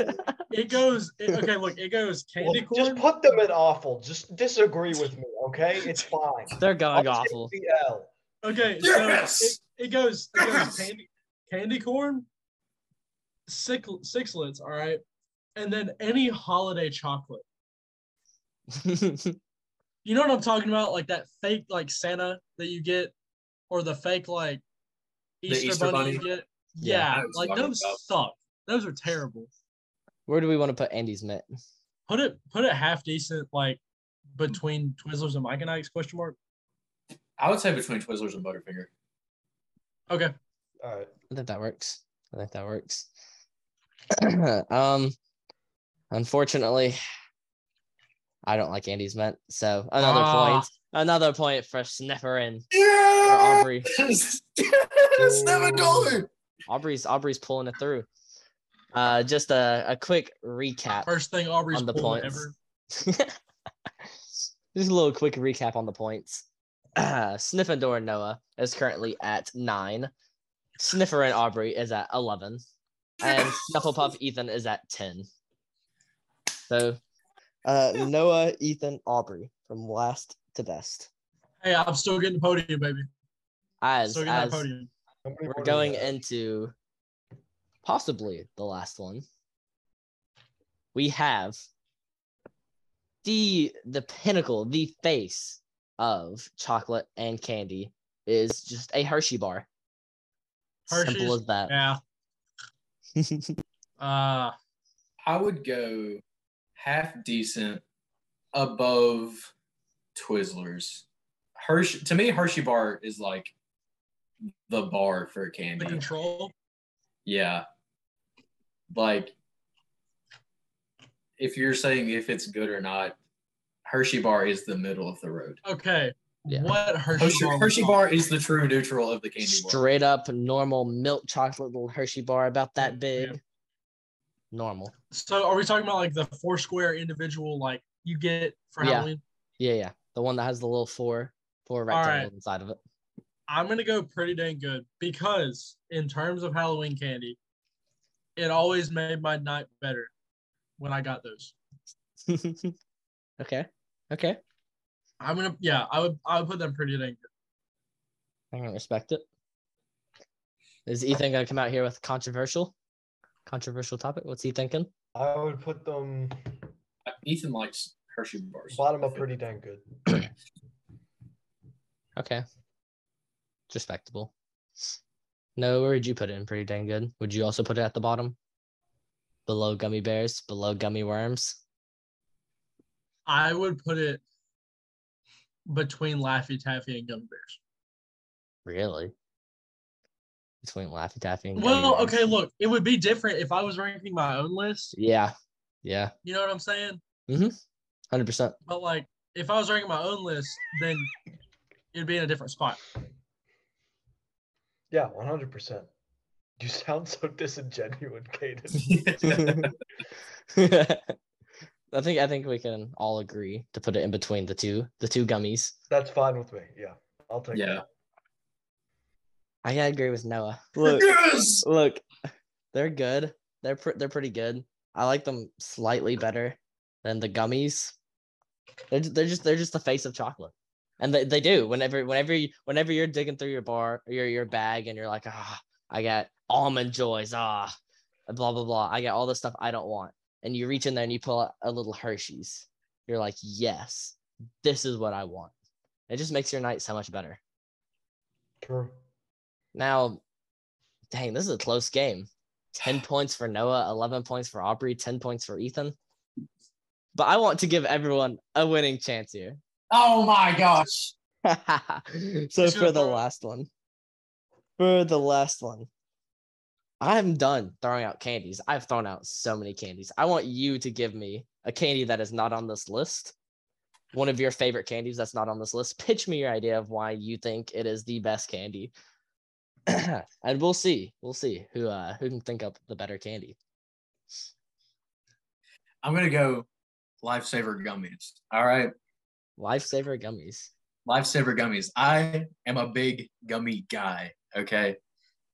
C: It goes. It, okay, look, it goes
D: Well,
C: candy
D: just
C: corn.
D: put them in awful. Just disagree with me, okay? It's fine.
A: They're gog
D: I'll take
A: awful.
D: the L.
C: Okay, so
B: Yes!
C: it, it goes, it goes
B: Yes!
C: candy, candy corn, six, sixlets, all right, and then any holiday chocolate. You know what I'm talking about? Like that fake like Santa that you get, or the fake like Easter,
B: Easter
C: bunny, you
B: bunny?
C: get.
A: Yeah,
C: Yeah,
B: I was
C: like
B: talking
C: those
B: about-
C: suck. Those are terrible.
A: Where do we want to put Andy's mitt?
C: Put it put it half decent like between Twizzlers and Mike and Ike's question mark.
B: I would say between Twizzlers and Butterfinger.
C: Okay.
D: All right.
A: I think that works. I think that works. um, unfortunately, I don't like Andy's mint. So another
C: Ah.
A: point. Another point for Snifferin. For
B: Yeah!
A: Aubrey.
B: Seven dollar.
A: Aubrey's Aubrey's pulling it through. Uh, just a, a quick recap.
C: First thing Aubrey's
A: On the
C: pulling
A: points.
C: ever.
A: Just a little quick recap on the points. Sniffendor Noah is currently at nine. Sniffer and Aubrey is at eleven, and Snufflepuff Ethan is at ten. So, uh, Noah, Ethan, Aubrey from last to best.
C: Hey, I'm still getting podium, baby.
A: As
C: Still getting that
A: as
C: podium.
D: How many more do
A: we're
D: we
A: going
D: have?
A: into possibly the last one. We have the the pinnacle, the face of chocolate and candy is just a Hershey bar. Simple
C: Hershey's,
A: as that.
C: Yeah. Uh
B: I would go half decent above Twizzlers. Hershey to me, Hershey bar is like the bar for
C: the
B: candy.
C: control.
B: Yeah. Like if you're saying if it's good or not, Hershey bar is the middle of the road.
C: Okay.
A: Yeah.
C: What Hershey,
B: Hershey,
C: bar? was
B: Hershey
C: on?
B: bar is the true neutral of the candy world.
A: Straight up normal milk chocolate little Hershey bar about that
C: Yeah.
A: big. Normal.
C: So are we talking about like the four square individual like you get for
A: Yeah.
C: Halloween?
A: Yeah, yeah. The one that has the little four four
C: right.
A: rectangles inside of it.
C: I'm gonna go pretty dang good because in terms of Halloween candy, it always made my night better when I got those.
A: okay. Okay.
C: I'm gonna yeah, I would I would put them pretty dang good.
A: I can respect it. Is Ethan gonna come out here with controversial, controversial topic? What's he thinking?
D: I would put them
B: Ethan likes Hershey bars.
D: bottom up pretty dang good.
A: Okay, it's respectable. No, where would you put it in? Pretty dang good. Would you also put it at the bottom? Below gummy bears, below gummy worms.
C: I would put it between Laffy Taffy and Gummy Bears.
A: Really? Between Laffy Taffy and gummy
C: Well,
A: worms.
C: okay, look, it would be different if I was ranking my own list.
A: Yeah, yeah,
C: You know what I'm saying?
A: hundred percent.
C: But like, if I was ranking my own list, then it'd be in a different spot.
D: Yeah, 100%. You sound so disingenuous, Caden.
A: I think I think we can all agree to put it in between the two the two gummies.
D: That's fine with me. Yeah, I'll take
B: Yeah.
D: that.
A: I gotta agree with Noah. Look,
B: yes!
A: look, they're good. They're pr- they're pretty good. I like them slightly better than the gummies. They're, ju- they're just they're just the face of chocolate, and they, they do whenever whenever you, whenever you're digging through your bar your your bag and you're like ah I got almond joys ah blah blah blah I got all the stuff I don't want and you reach in there and you pull out a little Hershey's you're like yes this is what I want It just makes your night so much better.
D: True.
A: Now, dang, this is a close game. 10 points for Noah, 11 points for Aubrey, 10 points for Ethan. But I want to give everyone a winning chance here.
F: Oh my gosh.
A: so for the last one, for the last one, I'm done throwing out candies. I've thrown out so many candies. I want you to give me a candy that is not on this list. One of your favorite candies that's not on this list. Pitch me your idea of why you think it is the best candy. and we'll see. We'll see who uh who can think up the better candy.
B: I'm gonna go lifesaver gummies. All right.
A: Lifesaver gummies.
B: Lifesaver gummies. I am a big gummy guy. Okay.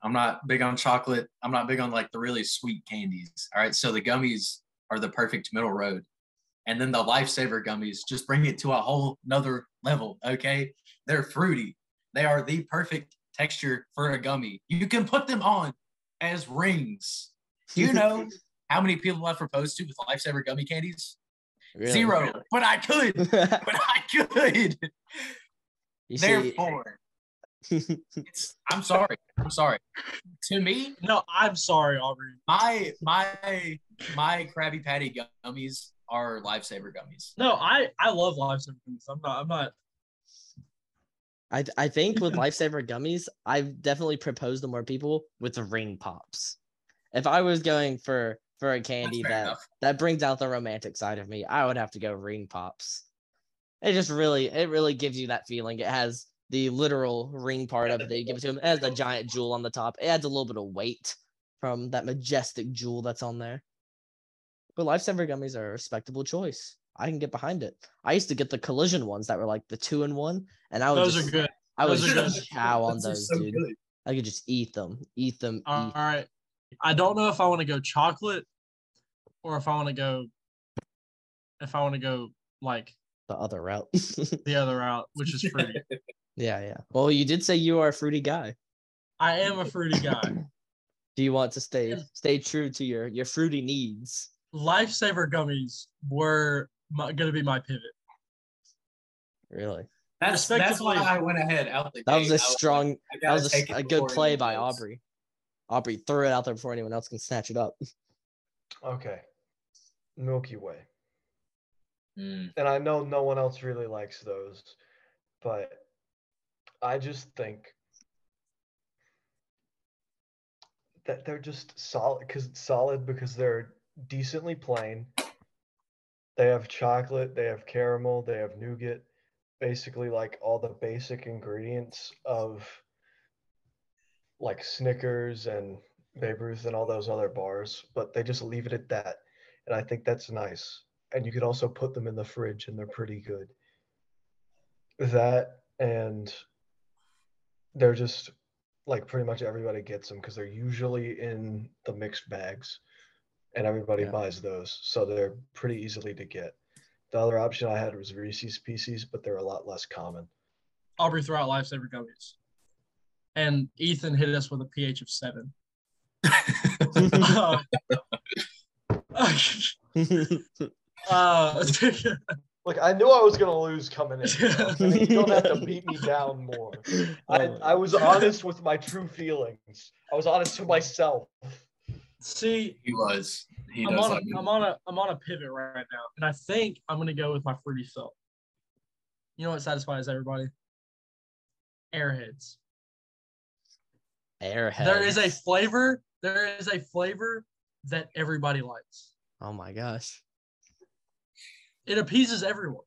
B: I'm not big on chocolate. I'm not big on like the really sweet candies. All right. So the gummies are the perfect middle road. And then the lifesaver gummies just bring it to a whole nother level. Okay. They're fruity. They are the perfect texture for a gummy. You can put them on as rings. Do you know how many people I've proposed to with lifesaver gummy candies?
A: Really?
B: Zero. But I could. but I could.
A: You see-
B: Therefore, it's, I'm sorry. I'm sorry. To me,
C: No, I'm sorry, Aubrey.
B: my my my Krabby Patty gummies are lifesaver gummies.
C: No, I I love live symptoms. I'm not. I'm not.
A: I th- I think with lifesaver gummies, I've definitely proposed to more people with the ring pops. If I was going for for a candy
B: fair
A: that
B: enough.
A: that brings out the romantic side of me, I would have to go ring pops. It just really it really gives you that feeling. It has the literal ring part of it that you give it to him. It has the giant jewel on the top. It adds a little bit of weight from that majestic jewel that's on there. But lifesaver gummies are a respectable choice. I can get behind it. I used to get the collision ones that were like the two in one, and I would
C: Those
A: just
C: are good.
A: I was
C: Those are
A: just cow on
B: Those are
A: those,
B: so
A: dude.
B: good. Uh,
A: I could just eat them, eat them,
C: All
A: eat.
C: right. I don't know if I want to go chocolate, or if I want to go, if I want to go like
A: the other route.
C: the other route, which is fruity.
A: yeah, yeah. Well, you did say you are a fruity guy.
C: I am a fruity guy.
A: Do you want to stay
C: Yeah.
A: stay true to your your fruity needs?
C: Lifesaver gummies were my, gonna be my pivot.
A: Really,
B: That's that's why I
C: Respectively.
B: went ahead out the
A: that was a
B: gate. I was like,
A: strong,
B: I
A: that
B: gotta
A: was a,
B: take
A: s-
B: it
A: a good
B: before
A: play
B: anyone
A: by
B: else.
A: Aubrey. Aubrey threw it out there before anyone else can snatch it up.
D: Okay. Milky Way.
B: Mm.
D: and I know no one else really likes those, but I just think that they're just solid because solid because they're decently plain. They have chocolate, they have caramel, they have nougat, basically like all the basic ingredients of like Snickers and Babe Ruth and all those other bars, but they just leave it at that. And I think that's nice and you could also put them in the fridge and they're pretty good. That and they're just like pretty much everybody gets them because they're usually in the mixed bags and everybody
A: Yeah.
D: buys those. So they're pretty easily to get. The other option I had was Reese's Pieces, but they're a lot less common.
C: Aubrey threw out lifesaver gummies, and Ethan hit us with a pH of seven. Uh, uh,
D: Look, I knew I was going to lose coming in.
C: you know,
D: I mean, you don't have to beat me down more.
A: Oh,
D: I, I was honest with my true feelings. I was honest to myself.
C: See,
B: He was. He
C: I'm
B: does
C: on,
B: like
C: a, I'm on a I'm on a pivot right now, and I think I'm gonna go with my fruity felt. You know what satisfies everybody? Airheads.
A: Airhead.
C: There is a flavor. There is a flavor that everybody likes.
A: Oh my gosh.
C: It appeases everyone.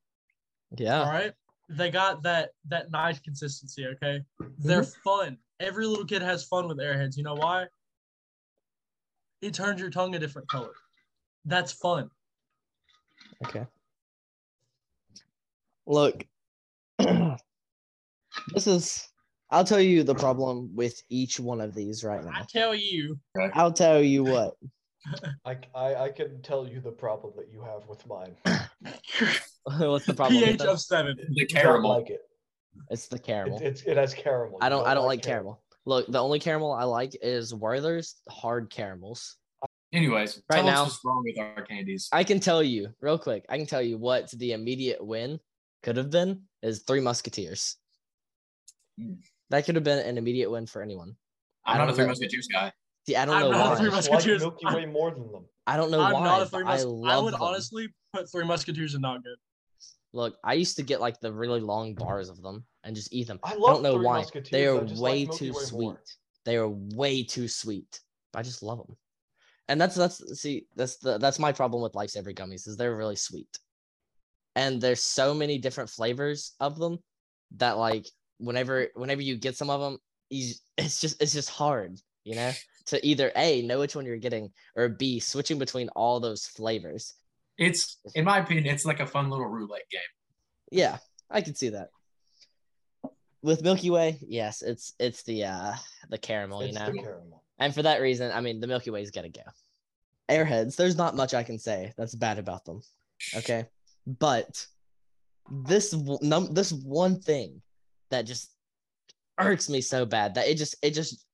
A: Yeah.
C: All right. They got that that nice consistency. Okay. They're fun. Every little kid has fun with airheads. You know why? It turns your tongue a different color. That's fun.
A: Okay. Look, this is. I'll tell you the problem with each one of these right
C: I
A: now.
C: tell you.
A: I'll tell you what.
D: I, I, I can tell you the problem that you have with mine.
A: What's the problem? with
C: pH
A: them?
C: of seven.
B: the
D: You don't
B: caramel.
D: like it.
A: It's the
D: It,
A: caramel.
D: it's, it has caramel.
A: I
D: You
A: don't. I don't like caramel. Look, the only caramel I like is Werther's hard caramels.
B: Anyways,
A: Right
B: tell
A: now-
B: us what's wrong with our candies.
A: I can tell you real quick. I can tell you what's the immediate win could have been is Three Musketeers. Hmm. That could have been an immediate win for anyone. I
B: I'm not
A: don't
B: a Three
A: know.
B: Musketeers guy.
A: See, I don't
C: I'm
A: know
C: not a
A: why.
C: Three
D: I like
C: Musketeers.
D: Milky Way more than them.
A: I don't know
C: I'm
A: why.
C: not a three
A: but I
C: mus- I,
A: love
C: would
A: them.
C: honestly put three musketeers in not good.
A: Look, I used to get like the really long bars of them and just eat them.
D: I
A: I,
D: love
A: don't know
D: Three
A: why.
D: Musketeers,
A: They are
D: I just like
A: way
D: Milky
A: too
D: Way
A: sweet.
D: more.
A: They are way too sweet. I just love them. And that's that's see that's the that's my problem with lifesaver gummies is they're really sweet, and there's so many different flavors of them that like whenever whenever you get some of them, you, it's just it's just hard, you know, to either a know which one you're getting or b switching between all those flavors.
B: It's in my opinion, it's like a fun little roulette game.
A: Yeah, I can see that. With Milky Way, yes, it's it's the uh the caramel,
D: It's
A: you know.
D: the caramel.
A: and for that reason, I mean the Milky Way's gotta go. Airheads, there's not much I can say that's bad about them. Okay. But this w- num- this one thing that just irks me so bad that it just it just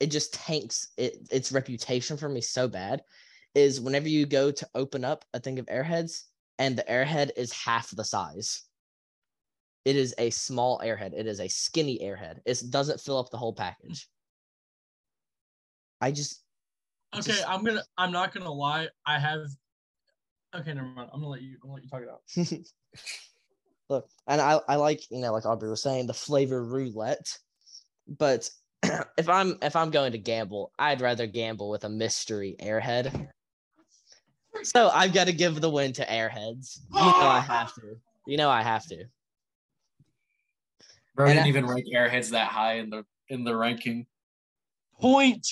A: it just tanks it, its reputation for me so bad is whenever you go to open up a thing of airheads and the airhead is half the size. It is a small airhead. It is a skinny airhead. It doesn't fill up the whole package. I just
C: Okay,
A: Just-
C: I'm gonna. I'm not gonna lie. I have. Okay, never mind. I'm gonna let you. I'm gonna let you talk it out.
A: look, and I, I like you know, like Aubrey was saying, the flavor roulette. But if I'm if I'm going to gamble, I'd rather gamble with a mystery airhead. So I've got to give the win to airheads. You know I have to. You know I have to.
B: Bro
A: And
B: didn't
A: I-
B: even rank Airheads that high in the in the ranking.
C: Point.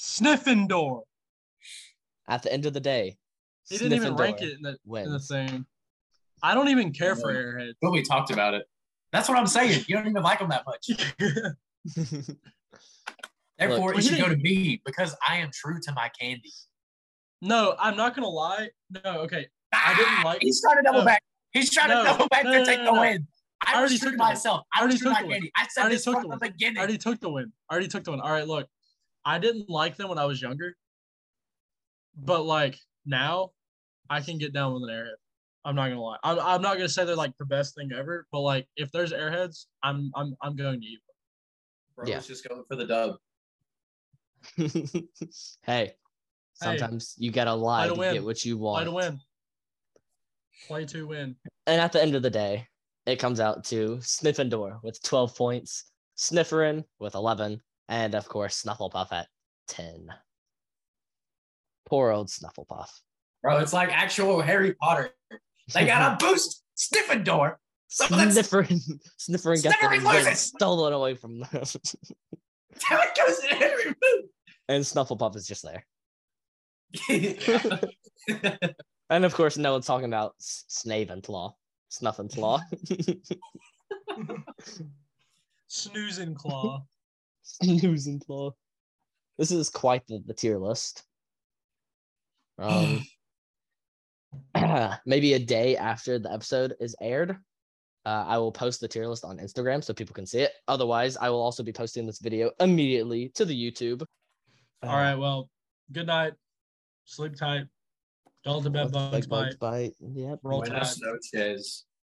C: Sniffing door.
A: At the end of the day,
C: He didn't even
A: Sniffendor
C: rank it in the, in the
A: wins.
C: thing. I don't even care for airheads.
B: But we talked about it. That's what I'm saying. You don't even like them that much. Therefore,
C: Look-
B: it should go to me because I am true to my candy.
C: no, I'm not gonna lie. No, okay. I didn't like-
B: Ah, He's trying to double
C: No.
B: back. He's trying
C: No.
B: to double back
C: No,
B: to
C: no,
B: take
C: no,
B: the
C: no.
B: win.
C: I
B: I,
C: already
B: was true to
C: took the win.
B: myself.
C: I
B: I was
C: already
B: true to my
C: took the win.
B: candy. I
C: I
B: said
C: already
B: this
C: took
B: from the
C: the win. I
B: beginning.
C: already took the win. I already took the win. All right, look. I didn't like them when I was younger, but like now, I can get down with an airhead. I'm not gonna lie. I'm, I'm not gonna say they're like the best thing ever, but like if there's airheads, I'm I'm I'm going to eat.
B: Bro,
A: Yeah.
B: let's just go for the dub.
A: hey, sometimes you gotta lie
C: to
A: to
C: win.
A: get what you
C: Play
A: want.
C: to win. Play to win.
A: and at the end of the day, it comes out to Sniffendor with 12 points, Snifferin with 11, and of course Snufflepuff at 10. Poor old Snufflepuff.
B: Bro, it's like actual Harry Potter. They got a boost Sniffendor. So that's
A: Snifferin, Snifferin got the
B: Snifferin
A: win
B: loses!
A: stolen away from them,
B: how it goes in every
A: and Snufflepuff is just there.
B: move.
A: and of course, no one's talking about S- Snavenclaw, Snuffenclaw,
C: Snooze and claw.
A: Snoozenclaw. This is quite the, the tier list. Um, maybe a day after the episode is aired, uh, I will post the tier list on Instagram so people can see it. Otherwise, I will also be posting this video immediately to the YouTube.
C: All right. Well, good night. Sleep tight. Don't let the bed bugs bite.
A: bite. Yep.
C: Roll
B: Buenas noches.